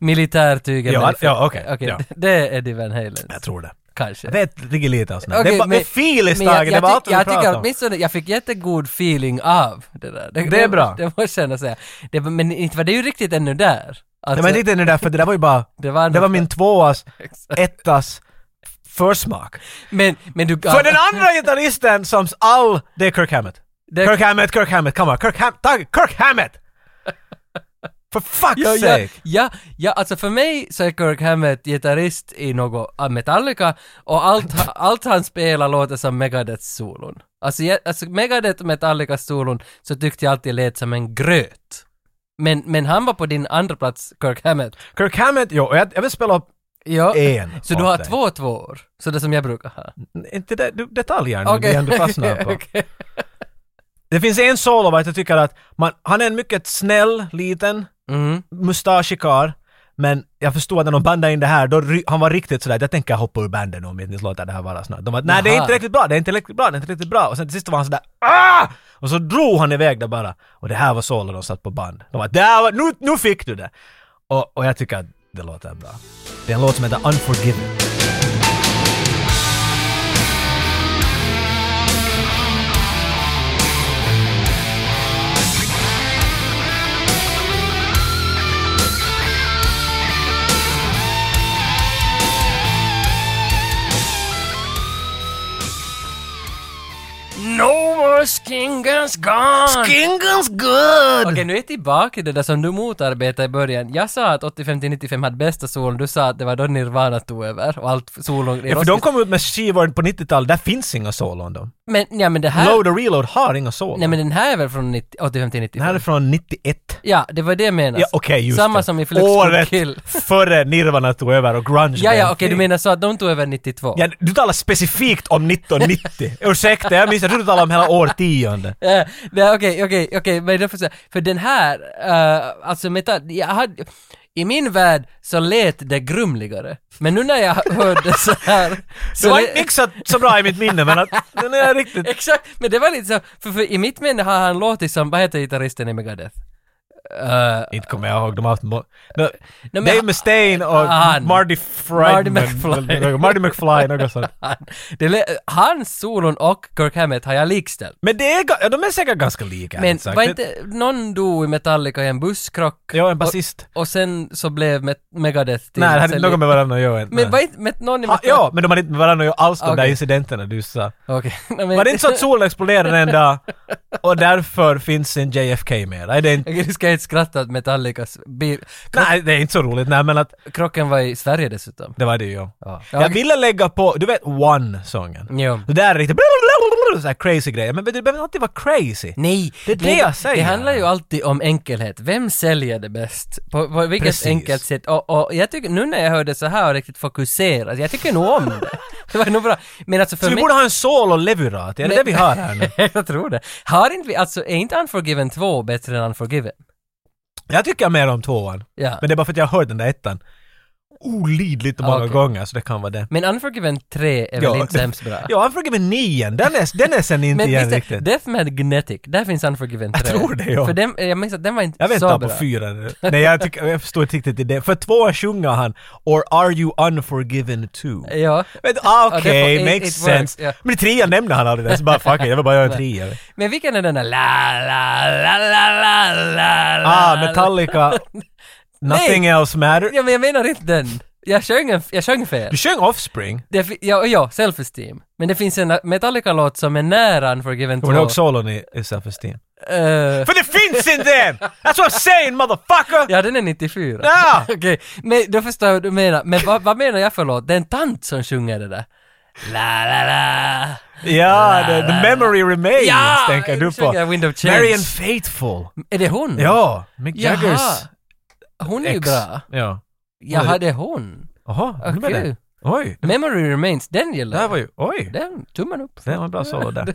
Speaker 3: militärtyget.
Speaker 1: Ja,
Speaker 3: med-
Speaker 1: ja, okej,
Speaker 3: Okej,
Speaker 1: ja.
Speaker 3: Det är Eddie Van Halen.
Speaker 1: Jag tror det.
Speaker 3: kanske.
Speaker 1: Det ligger lite och sånt.
Speaker 3: Okej,
Speaker 1: det var
Speaker 3: men-
Speaker 1: det feelings
Speaker 3: men jag,
Speaker 1: Tage, det
Speaker 3: jag,
Speaker 1: var
Speaker 3: tyck-
Speaker 1: allt vi
Speaker 3: jag tycker
Speaker 1: pratade om.
Speaker 3: åtminstone, jag fick jättegod feeling av det där.
Speaker 1: Det är bra.
Speaker 3: Det, måste jag ändå säga. Det, var- men inte var det ju riktigt ännu där.
Speaker 1: Nej
Speaker 3: Alltså,
Speaker 1: men inte ännu där, för det där var ju bara...
Speaker 3: det var,
Speaker 1: Det var min tvåas,
Speaker 3: Exakt.
Speaker 1: ettas försmak.
Speaker 3: Men, men du...
Speaker 1: För den andra gitarristen som all... Det är Kirk Hammett.
Speaker 3: Det-
Speaker 1: Kirk Hammett, Kirk Hammett, come on, Kirk Hammett, Tage, Kirk Hammett! For fuck's
Speaker 3: Ja, ja,
Speaker 1: sake!
Speaker 3: ja, ja, alltså för mig så är Kirk Hammett gitarrist i något av Metallica och allt, ha- allt han spelar låter som Megadeth-solon. Alltså, ja, alltså Megadeth och Metallica-solon så tyckte jag alltid lät som en gröt. Men, men han var på din andra plats Kirk Hammett.
Speaker 1: Kirk Hammett, jo, jag, jag vill spela upp
Speaker 3: Ja.
Speaker 1: en.
Speaker 3: Så du
Speaker 1: åt
Speaker 3: har
Speaker 1: dig.
Speaker 3: två tvåor? Så det som jag brukar ha?
Speaker 1: Inte det, du, detaljer nu, det är ändå fastnar på.
Speaker 3: Okej.
Speaker 1: Det finns en solo jag tycker att man, han är en mycket snäll, liten,
Speaker 3: Mm.
Speaker 1: mustaschig karl. Men jag förstod att när de bandade in det här, då, ry- han var riktigt sådär, jag tänker hoppa ur banden om ni låter det här vara snart. De bara, nej det är
Speaker 3: Jaha.
Speaker 1: inte riktigt bra, det är inte riktigt bra, det är inte riktigt bra. Och sen till sist var han sådär, ah! Och så drog han iväg det bara. Och det här var solo de satt på band. De bara, där var, nu, nu fick du det! Och, och jag tycker att det låter bra. Det är en låt som heter Unforgiven.
Speaker 3: No more skingas gone!
Speaker 1: Skingan's good!
Speaker 3: Okej, nu är jag tillbaka i det där som du motarbetade i början. Jag sa att 85-95 hade bästa solon, du sa att det var då Nirvana tog över och allt solon...
Speaker 1: Ja, för de kom ut med skivor på 90-talet, där finns inga solon då.
Speaker 3: Men, ja men det här...
Speaker 1: Load och Reload har inga solon.
Speaker 3: Nej men den här är väl från 90
Speaker 1: Den här är
Speaker 3: 85-95?
Speaker 1: från 91.
Speaker 3: Ja, det var det jag menade.
Speaker 1: Ja, okej, just
Speaker 3: Samma
Speaker 1: det.
Speaker 3: som i Flux
Speaker 1: Året
Speaker 3: Kill.
Speaker 1: före Nirvana tog över och grunge
Speaker 3: Ja,
Speaker 1: blev
Speaker 3: ja,
Speaker 1: en
Speaker 3: okej, du
Speaker 1: thing.
Speaker 3: menar så att de tog över 92?
Speaker 1: Ja, du talar specifikt om 1990. Ursäkta, jag minns, jag trodde du talade om hela årtionde.
Speaker 3: Eh, Nej, okej, okej, okej, men jag får säga, för den här, eh, alltså metall, jag hade, i min värld så lät det grumligare. Men nu när jag hörde så här... så
Speaker 1: Det var
Speaker 3: det-
Speaker 1: inte mixat så bra i mitt minne, men att, den är riktigt...
Speaker 3: Exakt, men det var lite så, för, för i mitt minne har han låtit som, vad heter gitarristen i Megadeth? Eh,
Speaker 1: Inte kommer jag ihåg, de har haft... Mo- no,
Speaker 3: men
Speaker 1: Dave
Speaker 3: han-
Speaker 1: Mustaine och
Speaker 3: han.
Speaker 1: Marty Friedman.
Speaker 3: Marty McFly.
Speaker 1: Marty McFly, något sånt.
Speaker 3: han, det, lä- hans solon och Kirk Hammett har jag likställt.
Speaker 1: Men det är, ga- ja, de är säkert ganska lika.
Speaker 3: Men
Speaker 1: exakt.
Speaker 3: var
Speaker 1: Det-
Speaker 3: inte, någon dog i Metallica i en busskrock
Speaker 1: Ja, en basist.
Speaker 3: och sen så blev Met- Megadeth till...
Speaker 1: Nej, det hade
Speaker 3: sen-
Speaker 1: inte något med varandra att göra. inte.
Speaker 3: Men var inte, med någon i
Speaker 1: Ha,
Speaker 3: Metallica...
Speaker 1: ja, men de hade inte med varandra att göra alls, de där
Speaker 3: Okej.
Speaker 1: incidenterna du sa.
Speaker 3: Okej. Nej, men-
Speaker 1: Var det inte så att solen exploderade en dag och därför finns en JFK mera? Är det inte...
Speaker 3: Okej, du ska inte skratta åt Metallicas bil.
Speaker 1: Nej, det är inte så roligt. Nej, men att
Speaker 3: Krocken var i Sverige dessutom.
Speaker 1: det var det ju.
Speaker 3: Ja.
Speaker 1: Jag ville lägga på, du vet One-sången?
Speaker 3: Jo.
Speaker 1: Det där är riktigt så här crazy grejer. Men vet du, det behöver inte vara crazy.
Speaker 3: Nej,
Speaker 1: Det är det
Speaker 3: nej,
Speaker 1: jag säger.
Speaker 3: Det handlar ju alltid om enkelhet. Vem säljer det bäst? På, på vilket
Speaker 1: Precis.
Speaker 3: enkelt sätt? Och, och jag tycker, nu när jag hörde så här och riktigt fokuserat, jag tycker nog om det. Det var nog bra. Men alltså för
Speaker 1: Så vi
Speaker 3: mig...
Speaker 1: borde ha en solo-levurat, är det
Speaker 3: Men-
Speaker 1: det vi har här nu?
Speaker 3: jag tror det. Har inte vi, alltså är inte Unforgiven 2 bättre än Unforgiven?
Speaker 1: Jag tycker mer om tvåan.
Speaker 3: Ja. Ah,
Speaker 1: Men det är bara för att jag har hört den där ettan olidligt många
Speaker 3: Okej.
Speaker 1: gånger, så det kan vara det.
Speaker 3: Men Unforgiven 3 är
Speaker 1: Ja,
Speaker 3: väl inte
Speaker 1: det-
Speaker 3: sämst bra?
Speaker 1: Ja, han frågar med nian, den är, den är sen inte
Speaker 3: Men
Speaker 1: igen
Speaker 3: visst är
Speaker 1: riktigt.
Speaker 3: Death Mad Genetic, där finns Unforgiven 3.
Speaker 1: Jag tror det, ja.
Speaker 3: För den, jag minns att den var inte
Speaker 1: Jag
Speaker 3: så
Speaker 1: väntar
Speaker 3: bra.
Speaker 1: på fyran. nu. Nej, jag, tycker, jag förstår inte riktigt det. För två sjunger han “Or are you unforgiven too?”
Speaker 3: Ja.
Speaker 1: Men, ah, Okej,
Speaker 3: Ja, det får- it-
Speaker 1: makes
Speaker 3: it works,
Speaker 1: sense.
Speaker 3: ja.
Speaker 1: Men i trean nämner han aldrig det, så bara fuck it, jag vill bara göra en trea.
Speaker 3: Men vilken är den där la la la la la la
Speaker 1: Ah,
Speaker 3: la, la?
Speaker 1: Metallica, Nothing Else Matter.
Speaker 3: Ja men jag menar inte den. Jag sjöng, en, jag sjöng fel.
Speaker 1: Du sjöng Offspring,
Speaker 3: Det fi- ja, ja, self-esteem. Men det finns en Metallica-låt som är nära Unforgiven 2.
Speaker 1: kommer du ihåg solon i, i Self-Esteem?
Speaker 3: Eh,
Speaker 1: För det finns inte en! That's what I'm saying motherfucker!
Speaker 3: ja, den är 94.
Speaker 1: Ja!
Speaker 3: Okej, men då förstår jag vad du menar. Men vad, vad menar jag för låt? Det är en tant som sjunger det där. La la la.
Speaker 1: Ja, the, the memory remains
Speaker 3: Ja,
Speaker 1: tänker du
Speaker 3: nu sjöng
Speaker 1: på.
Speaker 3: jag Wind of Change.
Speaker 1: Mary and Faithful.
Speaker 3: Är det hon?
Speaker 1: Ja, Mick Jaggers
Speaker 3: Jaha. Hon är ju
Speaker 1: ex.
Speaker 3: bra.
Speaker 1: Ja.
Speaker 3: Jaha, det är hon.
Speaker 1: Jaha, nu med
Speaker 3: Okej.
Speaker 1: det. Oj,
Speaker 3: Memory Remains, den
Speaker 1: det
Speaker 3: gillar
Speaker 1: här
Speaker 3: jag.
Speaker 1: var ju, oj.
Speaker 3: Den, tummen upp.
Speaker 1: Det var en bra solo där.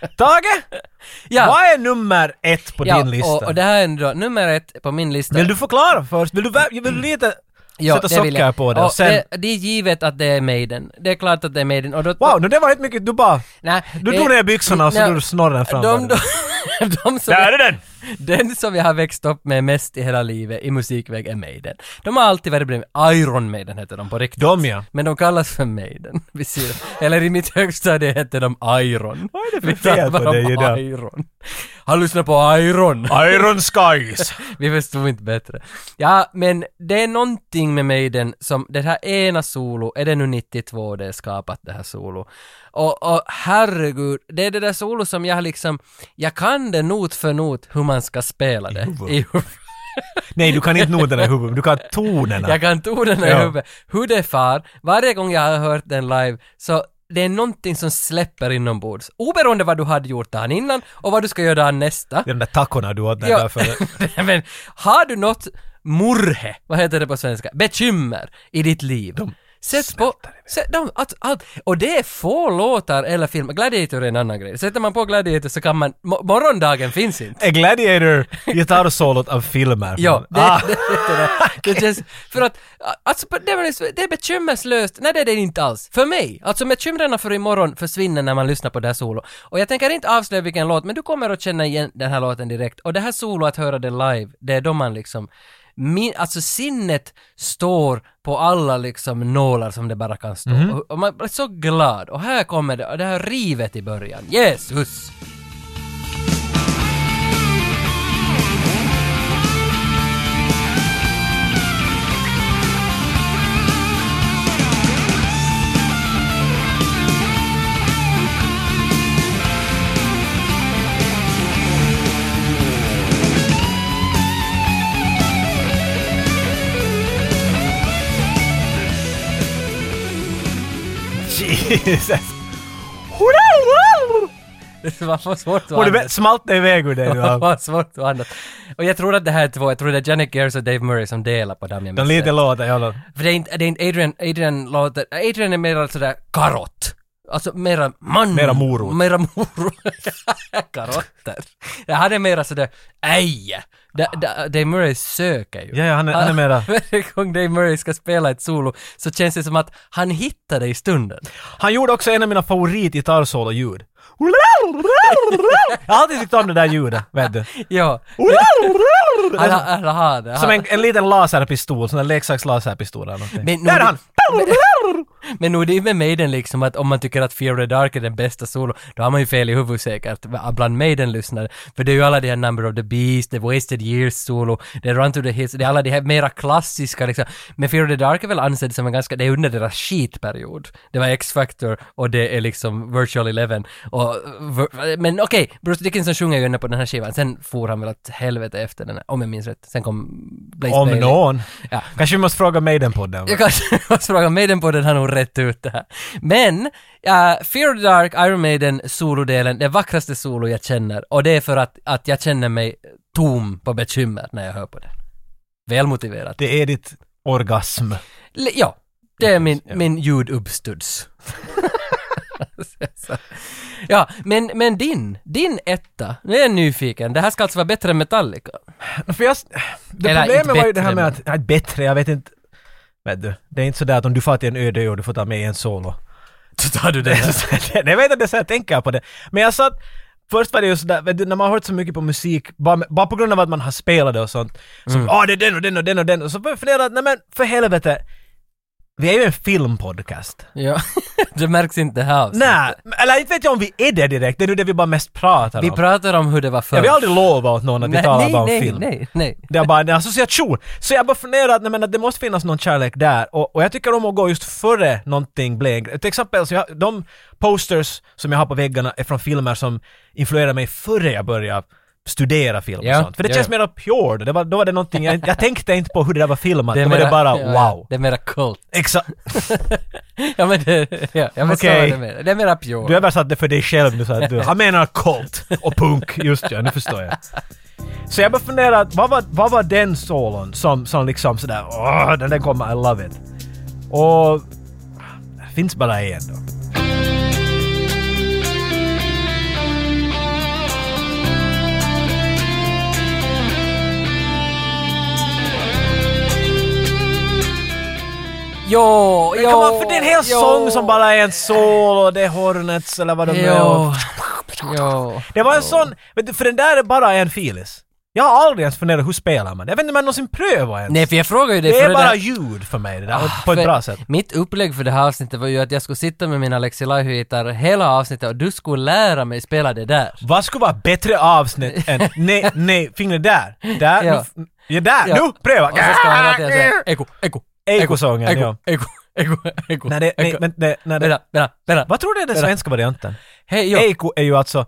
Speaker 1: Tage!
Speaker 3: Ja.
Speaker 1: Vad är nummer ett på
Speaker 3: ja,
Speaker 1: din lista?
Speaker 3: Och, och det här är då nummer ett på min lista.
Speaker 1: Vill du förklara först? Vill du, vä- vill du lite sätta
Speaker 3: det vill
Speaker 1: socker
Speaker 3: jag.
Speaker 1: på det? Och
Speaker 3: Och
Speaker 1: sen,
Speaker 3: det, det är givet att det är Maiden. Det är klart att det är Maiden. Och då,
Speaker 1: Wow, nu det var inte mycket, du bara...
Speaker 3: nej,
Speaker 1: Du
Speaker 3: det-
Speaker 1: drog ner byxorna och så
Speaker 3: nej,
Speaker 1: drog du snorren fram.
Speaker 3: de, de, de som
Speaker 1: Där
Speaker 3: jag,
Speaker 1: är den!
Speaker 3: den som jag har växt upp med mest i hela livet i musikväg är Maiden. De har alltid varit bredvid, Iron Maiden heter de på riktigt.
Speaker 1: De ja.
Speaker 3: Men de kallas för Maiden. Vi ser, eller i mitt högstadie hette de Iron.
Speaker 1: Vad är det för
Speaker 3: Vi
Speaker 1: fel på
Speaker 3: tappade
Speaker 1: dig
Speaker 3: om
Speaker 1: idag?
Speaker 3: Iron. Han lyssnar på Iron.
Speaker 1: Iron Skies!
Speaker 3: Vi förstod inte bättre. Ja, men det är någonting med Maiden som, det här ena solo, är det nu 92 det är skapat det här solo? Och, och herregud, det är det där solo som jag liksom, jag kan det not för not hur man ska spela det. I huvudet.
Speaker 1: Nej, du kan inte noterna i huvudet, du kan tonerna.
Speaker 3: Jag kan tonerna
Speaker 1: Ja.
Speaker 3: i huvudet. Hur det far, varje gång jag har hört den live, så det är någonting som släpper inombords. Oberoende vad du hade gjort dagen innan och vad du ska göra dagen nästa.
Speaker 1: Det är de där tackorna du åt där
Speaker 3: Ja.
Speaker 1: därför.
Speaker 3: Men har du något murhe, vad heter det på svenska, bekymmer i ditt liv? Sätt på, sätt, de, att, att, och det är få låtar eller filmer. Gladiator är en annan grej. Sätter man på Gladiator så kan man, mo- morgondagen finns inte.
Speaker 1: A Gladiator, gitarrsolot av filmer.
Speaker 3: Ja, det,
Speaker 1: ah,
Speaker 3: det, det, det, det känns, för att, alltså det, var just- det är bekymmerslöst, nej det är det inte alls, för mig. Alltså bekymren för imorgon försvinner när man lyssnar på det här solo. Och jag tänker inte avslöja vilken låt, men du kommer att känna igen den här låten direkt. Och det här solo, att höra det live, det är då man liksom, min, alltså sinnet står på alla liksom nålar som det bara kan stå.
Speaker 1: Mhm.
Speaker 3: Och, och man blir så glad. Och här kommer det, och det här rivet i början. Jesus!
Speaker 1: Jesus!
Speaker 3: Man får svårt att
Speaker 1: Och det
Speaker 3: andas.
Speaker 1: vä- smalt det iväg ur dig nu. ja.
Speaker 3: Vad svårt att andas. Och jag tror att det här är två, jag tror det är Janet Gears och Dave Murray som delar på dem. jag
Speaker 1: Den
Speaker 3: minns
Speaker 1: lite
Speaker 3: rätt.
Speaker 1: låten, ja. då.
Speaker 3: För det är inte, det är inte Adrian, Adrian låter, Adrian är mer alltså sådär karott. Alltså mera man.
Speaker 1: Mera morot.
Speaker 3: Mera morot. Karotter. Ja, Han är mera sådär, ej. Da, da, Dave Murray söker ju.
Speaker 1: Ja, ja, han är- han är mera-
Speaker 3: Varje gång Dave Murray ska spela ett solo så känns det som att han hittar det i stunden.
Speaker 1: Han gjorde också en av mina favorit gitarrsolo-ljud. Jag har alltid tyckt om det där ljudet, vet du.
Speaker 3: Ja. Han,
Speaker 1: Alltså,
Speaker 3: han, han har det.
Speaker 1: Som
Speaker 3: Han-
Speaker 1: en, en liten laserpistol, sån där leksaks-laserpistol eller någonting.
Speaker 3: Men-
Speaker 1: där är han!
Speaker 3: Men nog det är med Maiden liksom att om man tycker att Fear the Dark är den bästa solo, då har man ju fel i huvudet säkert bland Maiden-lyssnare. För det är ju alla de här Number of the Beast, The Wasted Years solo, The Run to the Hills, det är alla de här mera klassiska liksom. Men Fear the Dark är väl ansedd som en ganska, det är under deras skitperiod. Det var X-Factor och det är liksom Virtual Eleven. Och, ver- men okej, Bruce Dickinson sjunger ju ändå på den här skivan, sen for han väl åt helvete efter den här, om jag minns rätt. Sen kom Blaze
Speaker 1: Om
Speaker 3: Bailey.
Speaker 1: någon.
Speaker 3: Ja.
Speaker 1: Kanske vi måste fråga Maiden-podden.
Speaker 3: Jag kanske måste fråga Maiden på den har nog rätt ut det här. Men, uh, Fear the Dark, Iron Maiden, solodelen, det vackraste solo jag känner. Och det är för att, att jag känner mig tom på bekymmer när jag hör på det. Välmotiverat.
Speaker 1: Det är ditt orgasm.
Speaker 3: L- ja, det är min, min ljuduppstuds. ja, men, men din, din etta, nu är jag nyfiken. Det här ska alltså vara bättre än Metallica.
Speaker 1: För jag, det
Speaker 3: Eller
Speaker 1: problemet
Speaker 3: inte
Speaker 1: var ju det
Speaker 3: bättre,
Speaker 1: här med
Speaker 3: men-
Speaker 1: att, nej, bättre, jag vet inte. Vet du, det är inte sådär att om du far till en öde ö och du får ta med en solo.
Speaker 3: Så tar du det.
Speaker 1: jag vet inte, det är så jag tänker på det. Men jag satt, först var det ju sådär, vet du, när man har hört så mycket på musik, bara, med- bara på grund av att man har spelat det och sånt, så
Speaker 3: Mm.
Speaker 1: ah det är den och den och den och den, och så började jag fundera, att, nej men för helvete, vi är ju en filmpodcast.
Speaker 3: ja, det märks inte här. avsnittet.
Speaker 1: Nej, men- eller inte vet jag om vi är det direkt, det är nu det vi bara mest pratar
Speaker 3: Vi
Speaker 1: om.
Speaker 3: pratar om hur det var förr.
Speaker 1: jag vill aldrig lova åt någon att vi
Speaker 3: Nej,
Speaker 1: talar
Speaker 3: nej,
Speaker 1: bara om
Speaker 3: nej,
Speaker 1: film.
Speaker 3: Nej, nej,
Speaker 1: Det är bara en association. Så jag bara funderar att, nej, men att det måste finnas någon kärlek där. Och, och jag tycker om att gå just före någonting blir en grej. Till exempel, så jag, de posters som jag har på väggarna är från filmer som influerade mig före jag började studera film och
Speaker 3: Ja,
Speaker 1: sånt. För det
Speaker 3: ja,
Speaker 1: känns
Speaker 3: ja.
Speaker 1: mera pure. Det var, då var det någonting, jag, jag tänkte inte på hur det där var filmat.
Speaker 3: Det är
Speaker 1: då var det
Speaker 3: mera-
Speaker 1: bara
Speaker 3: ja, ja,
Speaker 1: wow.
Speaker 3: Det är mera kult.
Speaker 1: Exakt.
Speaker 3: Ja men det, ja, jag förstår
Speaker 1: Okej.
Speaker 3: vad du menar. Det är mera pure.
Speaker 1: Du översatte för dig själv nu så att du, han menar cult och punk, just ja, nu förstår jag. Så jag bara funderar, att vad var, vad var den solon som, som liksom sådär, åh, den där kommer, I love it. Och det finns bara en då.
Speaker 3: Jo,
Speaker 1: Men
Speaker 3: jo,
Speaker 1: kan man, för det är en hel
Speaker 3: jo.
Speaker 1: sång som bara är en solo, det är Hornets eller vad de nu är.
Speaker 3: Jo.
Speaker 1: och-
Speaker 3: Joo.
Speaker 1: Det var en sån, vet du, för den där är bara en filis. Jag har aldrig ens funderat hur spelar man? Jag vet inte om jag någonsin prövar ens.
Speaker 3: Nej, för jag frågar ju dig
Speaker 1: det
Speaker 3: för
Speaker 1: är bara
Speaker 3: där-
Speaker 1: ljud för mig det där,
Speaker 3: Ah,
Speaker 1: på ett
Speaker 3: för
Speaker 1: bra sätt.
Speaker 3: Mitt upplägg för det här avsnittet var ju att jag skulle sitta med min Alexi Laiho-gitarr hela avsnittet och du skulle lära mig spela det där.
Speaker 1: Vad skulle vara bättre avsnitt än nej, nej, fingret där, där,
Speaker 3: Ja.
Speaker 1: nu, ja, där,
Speaker 3: Ja.
Speaker 1: nu, pröva!
Speaker 3: Och så ska han alltid säga eko, eko,
Speaker 1: Eikosången,
Speaker 3: eko,
Speaker 1: ja.
Speaker 3: eko, eko, eko,
Speaker 1: Nej, det, nej,
Speaker 3: eko.
Speaker 1: men det, nej, det,
Speaker 3: Vänta, vänta, vänta.
Speaker 1: Vad tror du är den
Speaker 3: Vänta.
Speaker 1: svenska varianten?
Speaker 3: Hej, jo.
Speaker 1: Eiko är ju alltså,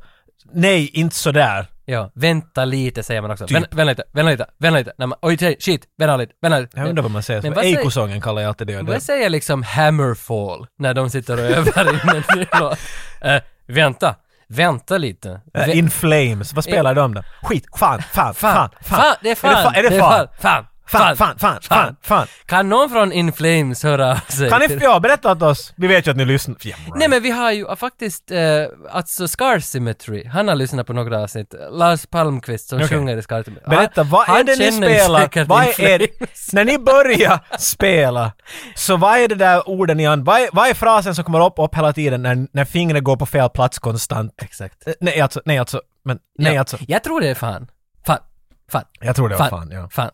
Speaker 1: nej, inte sådär.
Speaker 3: Ja, vänta lite säger man
Speaker 1: Typ.
Speaker 3: också. Vänta, vänta lite, vänta lite, vänta lite. Nej, men, oj, tjej, shit, vänta lite, vänta lite.
Speaker 1: Jag undrar vad man säger.
Speaker 3: Men
Speaker 1: Men
Speaker 3: vad säger-
Speaker 1: Eikosången kallar jag alltid det.
Speaker 3: Vad
Speaker 1: det.
Speaker 3: säger liksom Hammerfall när de sitter och övar in en ny låt? Eh, Vänta, vänta lite. Vä-
Speaker 1: Äh, In Flames, vad spelar de då? Skit, fan, fan,
Speaker 3: Fan,
Speaker 1: fan,
Speaker 3: fan, det är fan,
Speaker 1: Är det, fa- är det fan?
Speaker 3: fan,
Speaker 1: Fan, fan, fan, fan, fan.
Speaker 3: Kan någon från In Flames höra av sig?
Speaker 1: Kan ni
Speaker 3: till-
Speaker 1: ja, berätta åt oss? Vi vet ju att ni lyssnar. Yeah, right.
Speaker 3: Nej men vi har ju äh, faktiskt, äh, alltså Scar Symmetry, han har lyssnat på några avsnitt, Lars Palmqvist som
Speaker 1: Okej.
Speaker 3: sjunger i Scar Symmetry.
Speaker 1: Berätta,
Speaker 3: Han-
Speaker 1: vad är
Speaker 3: han
Speaker 1: det ni
Speaker 3: känner ju
Speaker 1: spelar?
Speaker 3: säkert
Speaker 1: Vad
Speaker 3: In
Speaker 1: är det?
Speaker 3: Flames.
Speaker 1: När ni börjar spela, så vad är det där orden ni använder? Vad, är- vad är frasen som kommer upp, upp hela tiden när, när fingret går på fel plats konstant?
Speaker 3: Exakt.
Speaker 1: Eh, Nej alltså, nej alltså, men nej
Speaker 3: Ja,
Speaker 1: alltså.
Speaker 3: Jag tror det är fan. Fan. Fan.
Speaker 1: Jag tror det var fan, ja.
Speaker 3: fan.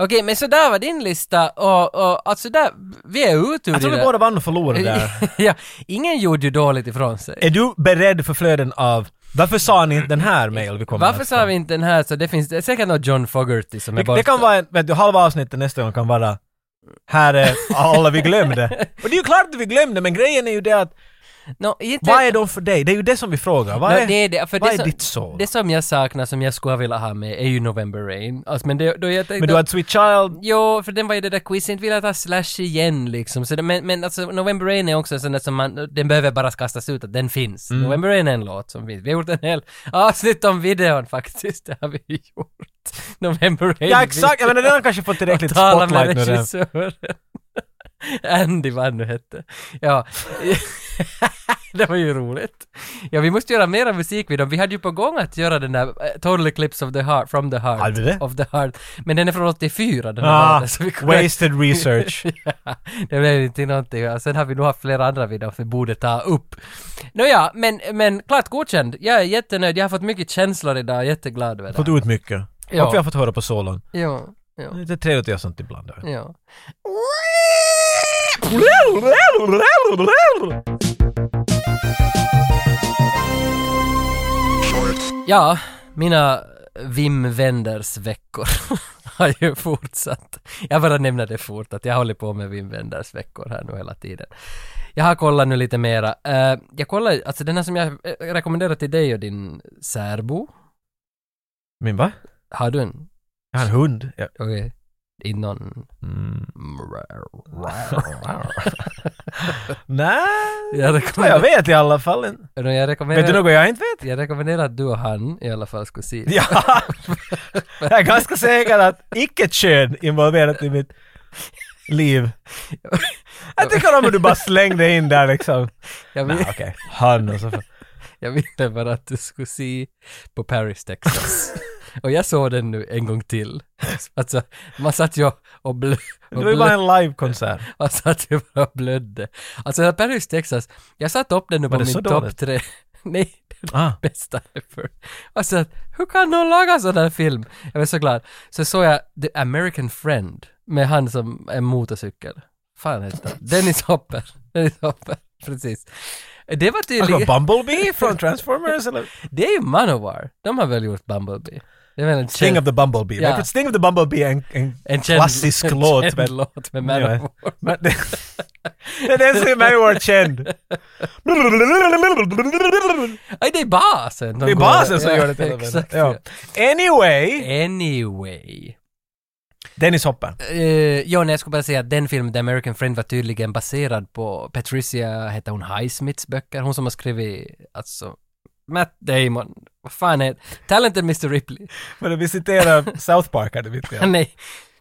Speaker 3: Okej, men så där var din lista och, och alltså där, vi är ute ur
Speaker 1: Jag tror vi
Speaker 3: det där.
Speaker 1: båda vann och förlorade där.
Speaker 3: ja, ingen gjorde ju dåligt ifrån sig.
Speaker 1: Är du beredd för flöden av varför sa ni inte den här mail vi kommer
Speaker 3: Varför
Speaker 1: att
Speaker 3: sa vi inte den här så det finns det är säkert något John Fogerty som
Speaker 1: alltså.
Speaker 3: är
Speaker 1: det,
Speaker 3: borta.
Speaker 1: det kan vara, en, vet du, halva avsnittet nästa gång kan vara här är alla vi glömde. Och det är ju klart att vi glömde men grejen är ju det att
Speaker 3: Nå, inte,
Speaker 1: vad är de för dig? Det är ju det som vi frågar. Vad
Speaker 3: Nå,
Speaker 1: är,
Speaker 3: det är det, för
Speaker 1: vad
Speaker 3: det
Speaker 1: är
Speaker 3: som-
Speaker 1: ditt sår?
Speaker 3: Det som jag saknar som jag skulle vilja ha med är ju November Rain. Alltså, men det, då jag tänkte,
Speaker 1: Men du har ett Sweet Child,
Speaker 3: Jo, för den var ju det där quizet, inte vill jag ta Slash igen liksom. Så det, men, men alltså November Rain är också en sån där som man, den behöver bara kastas ut, att den finns.
Speaker 1: Mm.
Speaker 3: November Rain är en låt som finns. Vi har gjort en hel avsnitt om videon faktiskt, det har vi gjort. November Rain.
Speaker 1: ja exakt, jag menar den har kanske fått tillräckligt
Speaker 3: Och tala med
Speaker 1: spotlight nu den.
Speaker 3: regissören. Andy vad han nu hette. Ja. det var ju roligt. Ja, vi måste göra mera musikvideo. Vi hade ju på gång att göra den där eh, Total Eclipse of the Heart, from the heart.
Speaker 1: Hade vi det?
Speaker 3: Of the heart. Men den är från 84 den här
Speaker 1: Ah,
Speaker 3: låten, så vi kunde-
Speaker 1: wasted research.
Speaker 3: ja, det blev inte någonting. Ja, Sen har vi nog haft flera andra videor vi borde ta upp. Nåja, men, men klart godkänd. Jag är jättenöjd. Jag har fått mycket känslor idag. Jätteglad över det.
Speaker 1: Fått ut mycket.
Speaker 3: Ja.
Speaker 1: Och vi har fått höra på solon.
Speaker 3: Ja, ja,
Speaker 1: Det är trevligt att göra sånt ibland.
Speaker 3: ja. Ja, mina Wim-vänders veckor har ju fortsatt. Jag bara nämner det fort, att jag håller på med Wim-vänders veckor här nu hela tiden. Jag har kollat nu lite mera. Eh, jag kollar, alltså den här som jag eh, rekommenderar till dig och din särbo.
Speaker 1: Min va?
Speaker 3: Har du en?
Speaker 1: Jag har en hund. Ja.
Speaker 3: Okej. Inte någon...
Speaker 1: Mm. Nej, vad
Speaker 3: Jag
Speaker 1: jag
Speaker 3: rekommenderar...
Speaker 1: vet i alla fall
Speaker 3: Eh.
Speaker 1: inte.
Speaker 3: Jag rekommenderar...
Speaker 1: Vet du något jag inte vet?
Speaker 3: Jag rekommenderar att du och han i alla fall skulle se.
Speaker 1: Ja, jag är ganska säker att icke-kön involverat i mitt liv. Jag tycker om hur du bara slängde in där liksom.
Speaker 3: Jag,
Speaker 1: Nej,
Speaker 3: vill,
Speaker 1: okej. Han och så.
Speaker 3: jag ville bara att du skulle se på Paris, Texas. och jag såg den nu en gång till. Alltså, man satt ju och, blö, och,
Speaker 1: Det var ju bara
Speaker 3: blö,
Speaker 1: en livekonsert.
Speaker 3: man satt ju bara och blödde. Alltså Paris, Texas, jag satte upp den nu på
Speaker 1: det
Speaker 3: min
Speaker 1: så
Speaker 3: topp
Speaker 1: dåligt?
Speaker 3: tre. Nej, den
Speaker 1: Ah.
Speaker 3: bästa ever. Alltså, hur kan någon laga sån här film? Jag var så glad. Så såg jag The American Friend med han som är motorcykel. Fan heter han? Dennis Hopper. Dennis Hopper, precis. Det var
Speaker 1: Vadå,
Speaker 3: tydligen...
Speaker 1: Bumblebee från Transformers eller?
Speaker 3: Det är ju Manowar. De har väl gjort Bumblebee. Det är väl en
Speaker 1: Sting of
Speaker 3: känd,
Speaker 1: the Bumblebee.
Speaker 3: Ja.
Speaker 1: Ja. Sting of the Bumblebee är en, en,
Speaker 3: en känd,
Speaker 1: klassisk
Speaker 3: en
Speaker 1: låt.
Speaker 3: känd
Speaker 1: men-
Speaker 3: låt med
Speaker 1: Ja,
Speaker 3: Manowar.
Speaker 1: men det, det är den som är Manowar känd.
Speaker 3: Nej, det är basen!
Speaker 1: Det är basen som gör det till och med.
Speaker 3: Exakt.
Speaker 1: Ja. Anyway,
Speaker 3: Anyway.
Speaker 1: Dennis Hopper.
Speaker 3: Uh, ja, nej, jag skulle bara säga att den filmen, The American Friend, var tydligen baserad på Patricia, hette hon Highsmiths böcker? Hon som har skrivit, alltså, Matt Damon, vad fan är Talented Mr. Ripley?
Speaker 1: Men vi citerar South Park hade vi inte.
Speaker 3: Nej.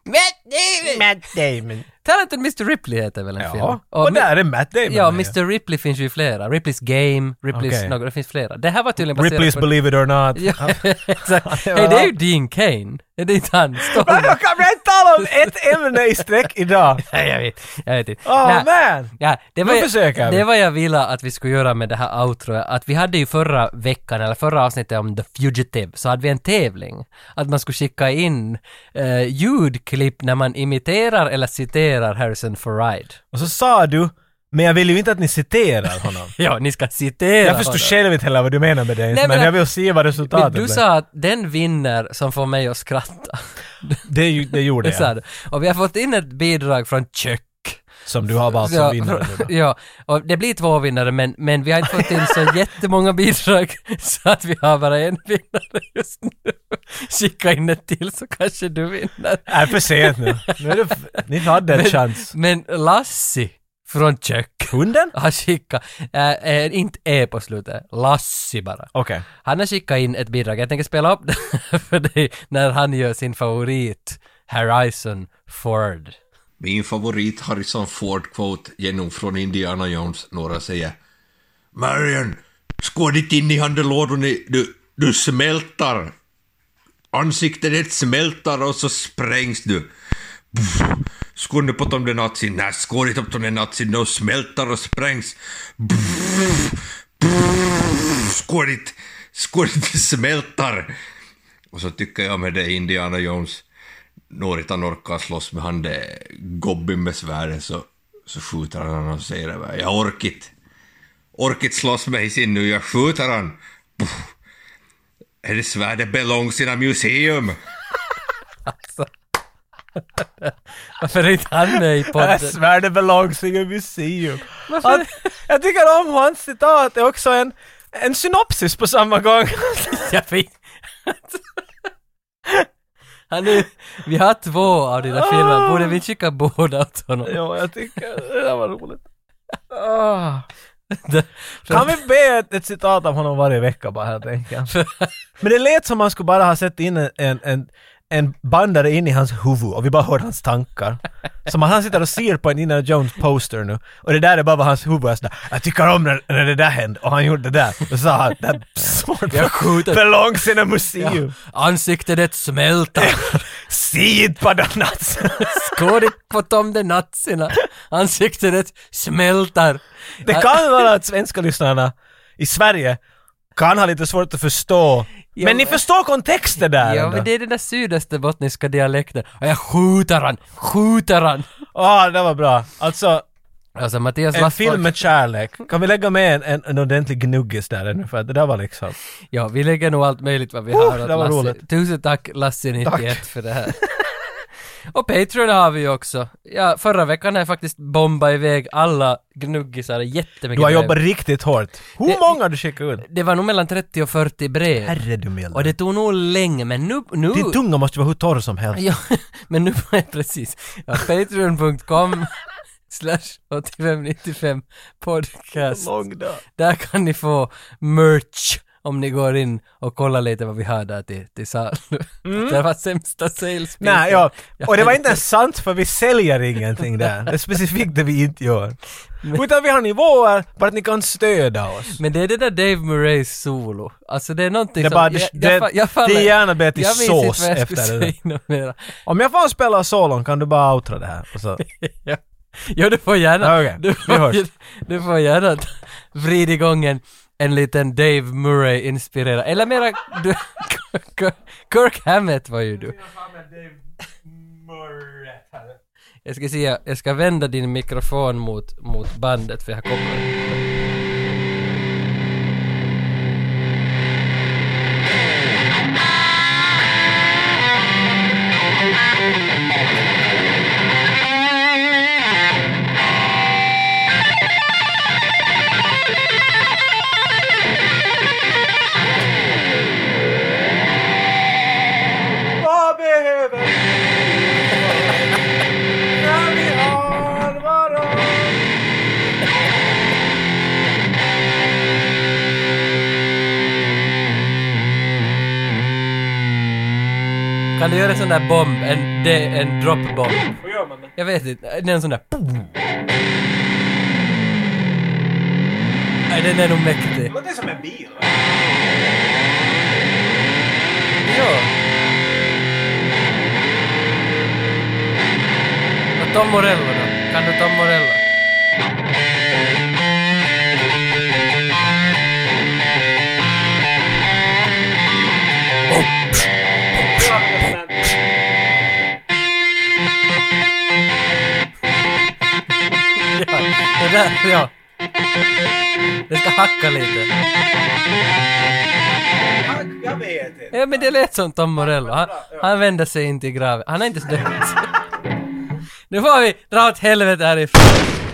Speaker 3: Matt Damon!
Speaker 1: Matt Damon.
Speaker 3: Talented Mr. Ripley heter väl en film?
Speaker 1: Ja. Och
Speaker 3: mi-
Speaker 1: där är Matt Damon
Speaker 3: Ja,
Speaker 1: med.
Speaker 3: Mr. Ripley finns ju i flera. Ripley's Game, Ripley's
Speaker 1: Okej.
Speaker 3: något, det finns flera. Det här var tydligen baserat
Speaker 1: Ripley's
Speaker 3: på...
Speaker 1: Believe It Or Not.
Speaker 3: Ja, exakt. Hej, det är ju Dean Kane. Är det inte han?
Speaker 1: Men
Speaker 3: Stålman.
Speaker 1: jag kan inte tala om ett ämne i sträck idag!
Speaker 3: Nej, jag vet. Jag vet inte.
Speaker 1: Oh
Speaker 3: Nej.
Speaker 1: man!
Speaker 3: Ja, det
Speaker 1: Nu försöker
Speaker 3: var,
Speaker 1: vi.
Speaker 3: det var jag ville att vi skulle göra med det här outro, att vi hade ju förra veckan, eller förra avsnittet om The Fugitive, så hade vi en tävling. Att man skulle skicka in eh, ljudklipp när man imiterar eller citerar Harrison Ford.
Speaker 1: Och så sa du, men jag vill ju inte att ni citerar honom.
Speaker 3: Ja, ni ska citera
Speaker 1: Jag förstår
Speaker 3: honom.
Speaker 1: själv inte heller vad du menar med det, men,
Speaker 3: men-
Speaker 1: jag vill se vad resultatet
Speaker 3: Men du
Speaker 1: blev.
Speaker 3: sa att den vinner som får mig att skratta.
Speaker 1: Det, ju- det gjorde
Speaker 3: Det sa
Speaker 1: jag.
Speaker 3: du. Och vi har fått in ett bidrag från Chuck.
Speaker 1: Som du har valt som vinnare nu då.
Speaker 3: ja, och det blir två vinnare men, men vi har inte fått in så jättemånga bidrag så att vi har bara en vinnare just nu. Skicka in ett till så kanske du vinner.
Speaker 1: Nej, för sent nu. nu är det f- ni hade en chans.
Speaker 3: Men Lassi från Chuck
Speaker 1: Hunden?
Speaker 3: har skickat, äh, äh, inte E på slutet, Lassi bara.
Speaker 1: Okej.
Speaker 3: Han har skickat in ett bidrag, jag tänker spela upp det för dig när han gör sin favorit Harrison Ford.
Speaker 7: Min favorit Harrison Ford-quote genom från Indiana Jones. Några säger Marion, skåd inte in i handelådan, du, du smälter. Ansiktet ditt smälter och så sprängs du. Skåd nu på tom den nazin. Nej, skåd inte på tom den nazin. Du smälter och sprängs. Skåd inte, skåd inte smälter. Och så tycker jag med det Indiana Jones Norita orkar slåss med han det gobben med svärdet så, så skjuter han honom och säger det bara, jag orkit. Orkit slåss med sin nu, jag skjuter han. Puff. Är det svärdet belongs in a museum?
Speaker 3: Varför är inte han med i podden?
Speaker 1: Jag svär det belongs in a museum. Att, jag tycker om hans citat, det är också en, en synopsis på samma gång.
Speaker 3: Jag vet. Han är, vi har två av dina filmer, borde vi skicka båda åt honom?
Speaker 1: jo, jag tycker det där var roligt. Ah. Kan vi be ett, ett citat av honom varje vecka bara helt enkelt? Men det lät som man skulle bara ha sett in en, en, en, en bandare in i hans huvud och vi bara hörde hans tankar. Som att han sitter och ser på en Indiana Jones poster nu och det där är bara vad hans huvud är sådär, jag tycker om när, när det där hände och han gjorde det där. Och så sa han, det
Speaker 3: Jag skjuter.
Speaker 1: här belongs in a museum.
Speaker 3: Ansiktet det smälter,
Speaker 1: See it på den natten.
Speaker 3: skådigt på tom de nazierna. Ansiktet det smälter.
Speaker 1: Det kan vara att svenska lyssnarna i Sverige kan ha lite svårt att förstå. Men ni förstår kontexten där
Speaker 3: Ja,
Speaker 1: ändå.
Speaker 3: men det är den där sydösterbottniska dialekten. Och jag skjuter han, skjuter han.
Speaker 1: Ah, det var bra. Alltså,
Speaker 3: Alltså Mattias
Speaker 1: en
Speaker 3: Lassfors-
Speaker 1: film med kärlek. Kan vi lägga med en, en, en ordentlig gnuggis där ännu? För att det där var liksom...
Speaker 3: Ja, vi lägger nog allt möjligt vad vi
Speaker 1: Oh,
Speaker 3: har åt
Speaker 1: det var
Speaker 3: Lasse.
Speaker 1: roligt.
Speaker 3: Tusen tack Lasse91 för det här. Och Patreon har vi ju också. Ja, förra veckan har jag faktiskt bombat iväg alla gnuggisar jättemycket
Speaker 1: Du har
Speaker 3: brev.
Speaker 1: jobbat riktigt hårt. Hur
Speaker 3: Det-
Speaker 1: många har du skickat ut?
Speaker 3: Det var nog mellan 30 och 40 brev.
Speaker 1: Herre du milde.
Speaker 3: Och det tog nog länge, men nu... nu...
Speaker 1: Din tunga måste ju vara hur torr som helst.
Speaker 3: Ja, men nu... Precis. Ja, Patreon.com slash 8595 podcast.
Speaker 1: Lång dag.
Speaker 3: Där kan ni få merch om ni går in och kollar lite vad vi har där till, till salu. Det var sämsta sales
Speaker 1: Mm. Nej, ja. Och det var inte ens sant för vi säljer ingenting där. Det är specifikt det vi inte gör. Utan vi har nivåer för att ni kan stödja oss.
Speaker 3: Men det är det där Dave Murrays solo. Alltså det är någonting
Speaker 1: Det är
Speaker 3: som...
Speaker 1: bara- det-
Speaker 3: fa-
Speaker 1: det är gärna bett till
Speaker 3: jag minns
Speaker 1: sås
Speaker 3: inte vad jag
Speaker 1: efter
Speaker 3: skulle
Speaker 1: det.
Speaker 3: säga något mera.
Speaker 1: Om jag får spela solon kan du bara outra det här. Och så.
Speaker 3: Ja. ja, du får gärna...
Speaker 1: Okej,
Speaker 3: du,
Speaker 1: vi
Speaker 3: får,
Speaker 1: hörs.
Speaker 3: du får gärna ta- vrida igång en, en liten Dave Murray-inspirerad... Eller mera... Du, Kirk Hammett var ju du. Jag ska se, jag ska vända din mikrofon mot, mot bandet för jag kommer.
Speaker 1: Vad behöver vi? När vi har varann.
Speaker 3: Kan du göra en sån där bomb, en, de, en droppbomb?
Speaker 1: Och
Speaker 2: gör man med?
Speaker 3: Jag vet inte, det är en sån där... Nej, den är nog mäktig.
Speaker 1: Det är som en bil.
Speaker 3: Ja. Och Tom Morello då? Kan du Tom Morello? Ja, det där, ja. Det ska hacka lite.
Speaker 1: Jag vet inte.
Speaker 3: Ja men det lät som Tom Morello. Han, han vände sig inte i graven. Han är inte så död. Nu får vi dra åt helvete härifrån.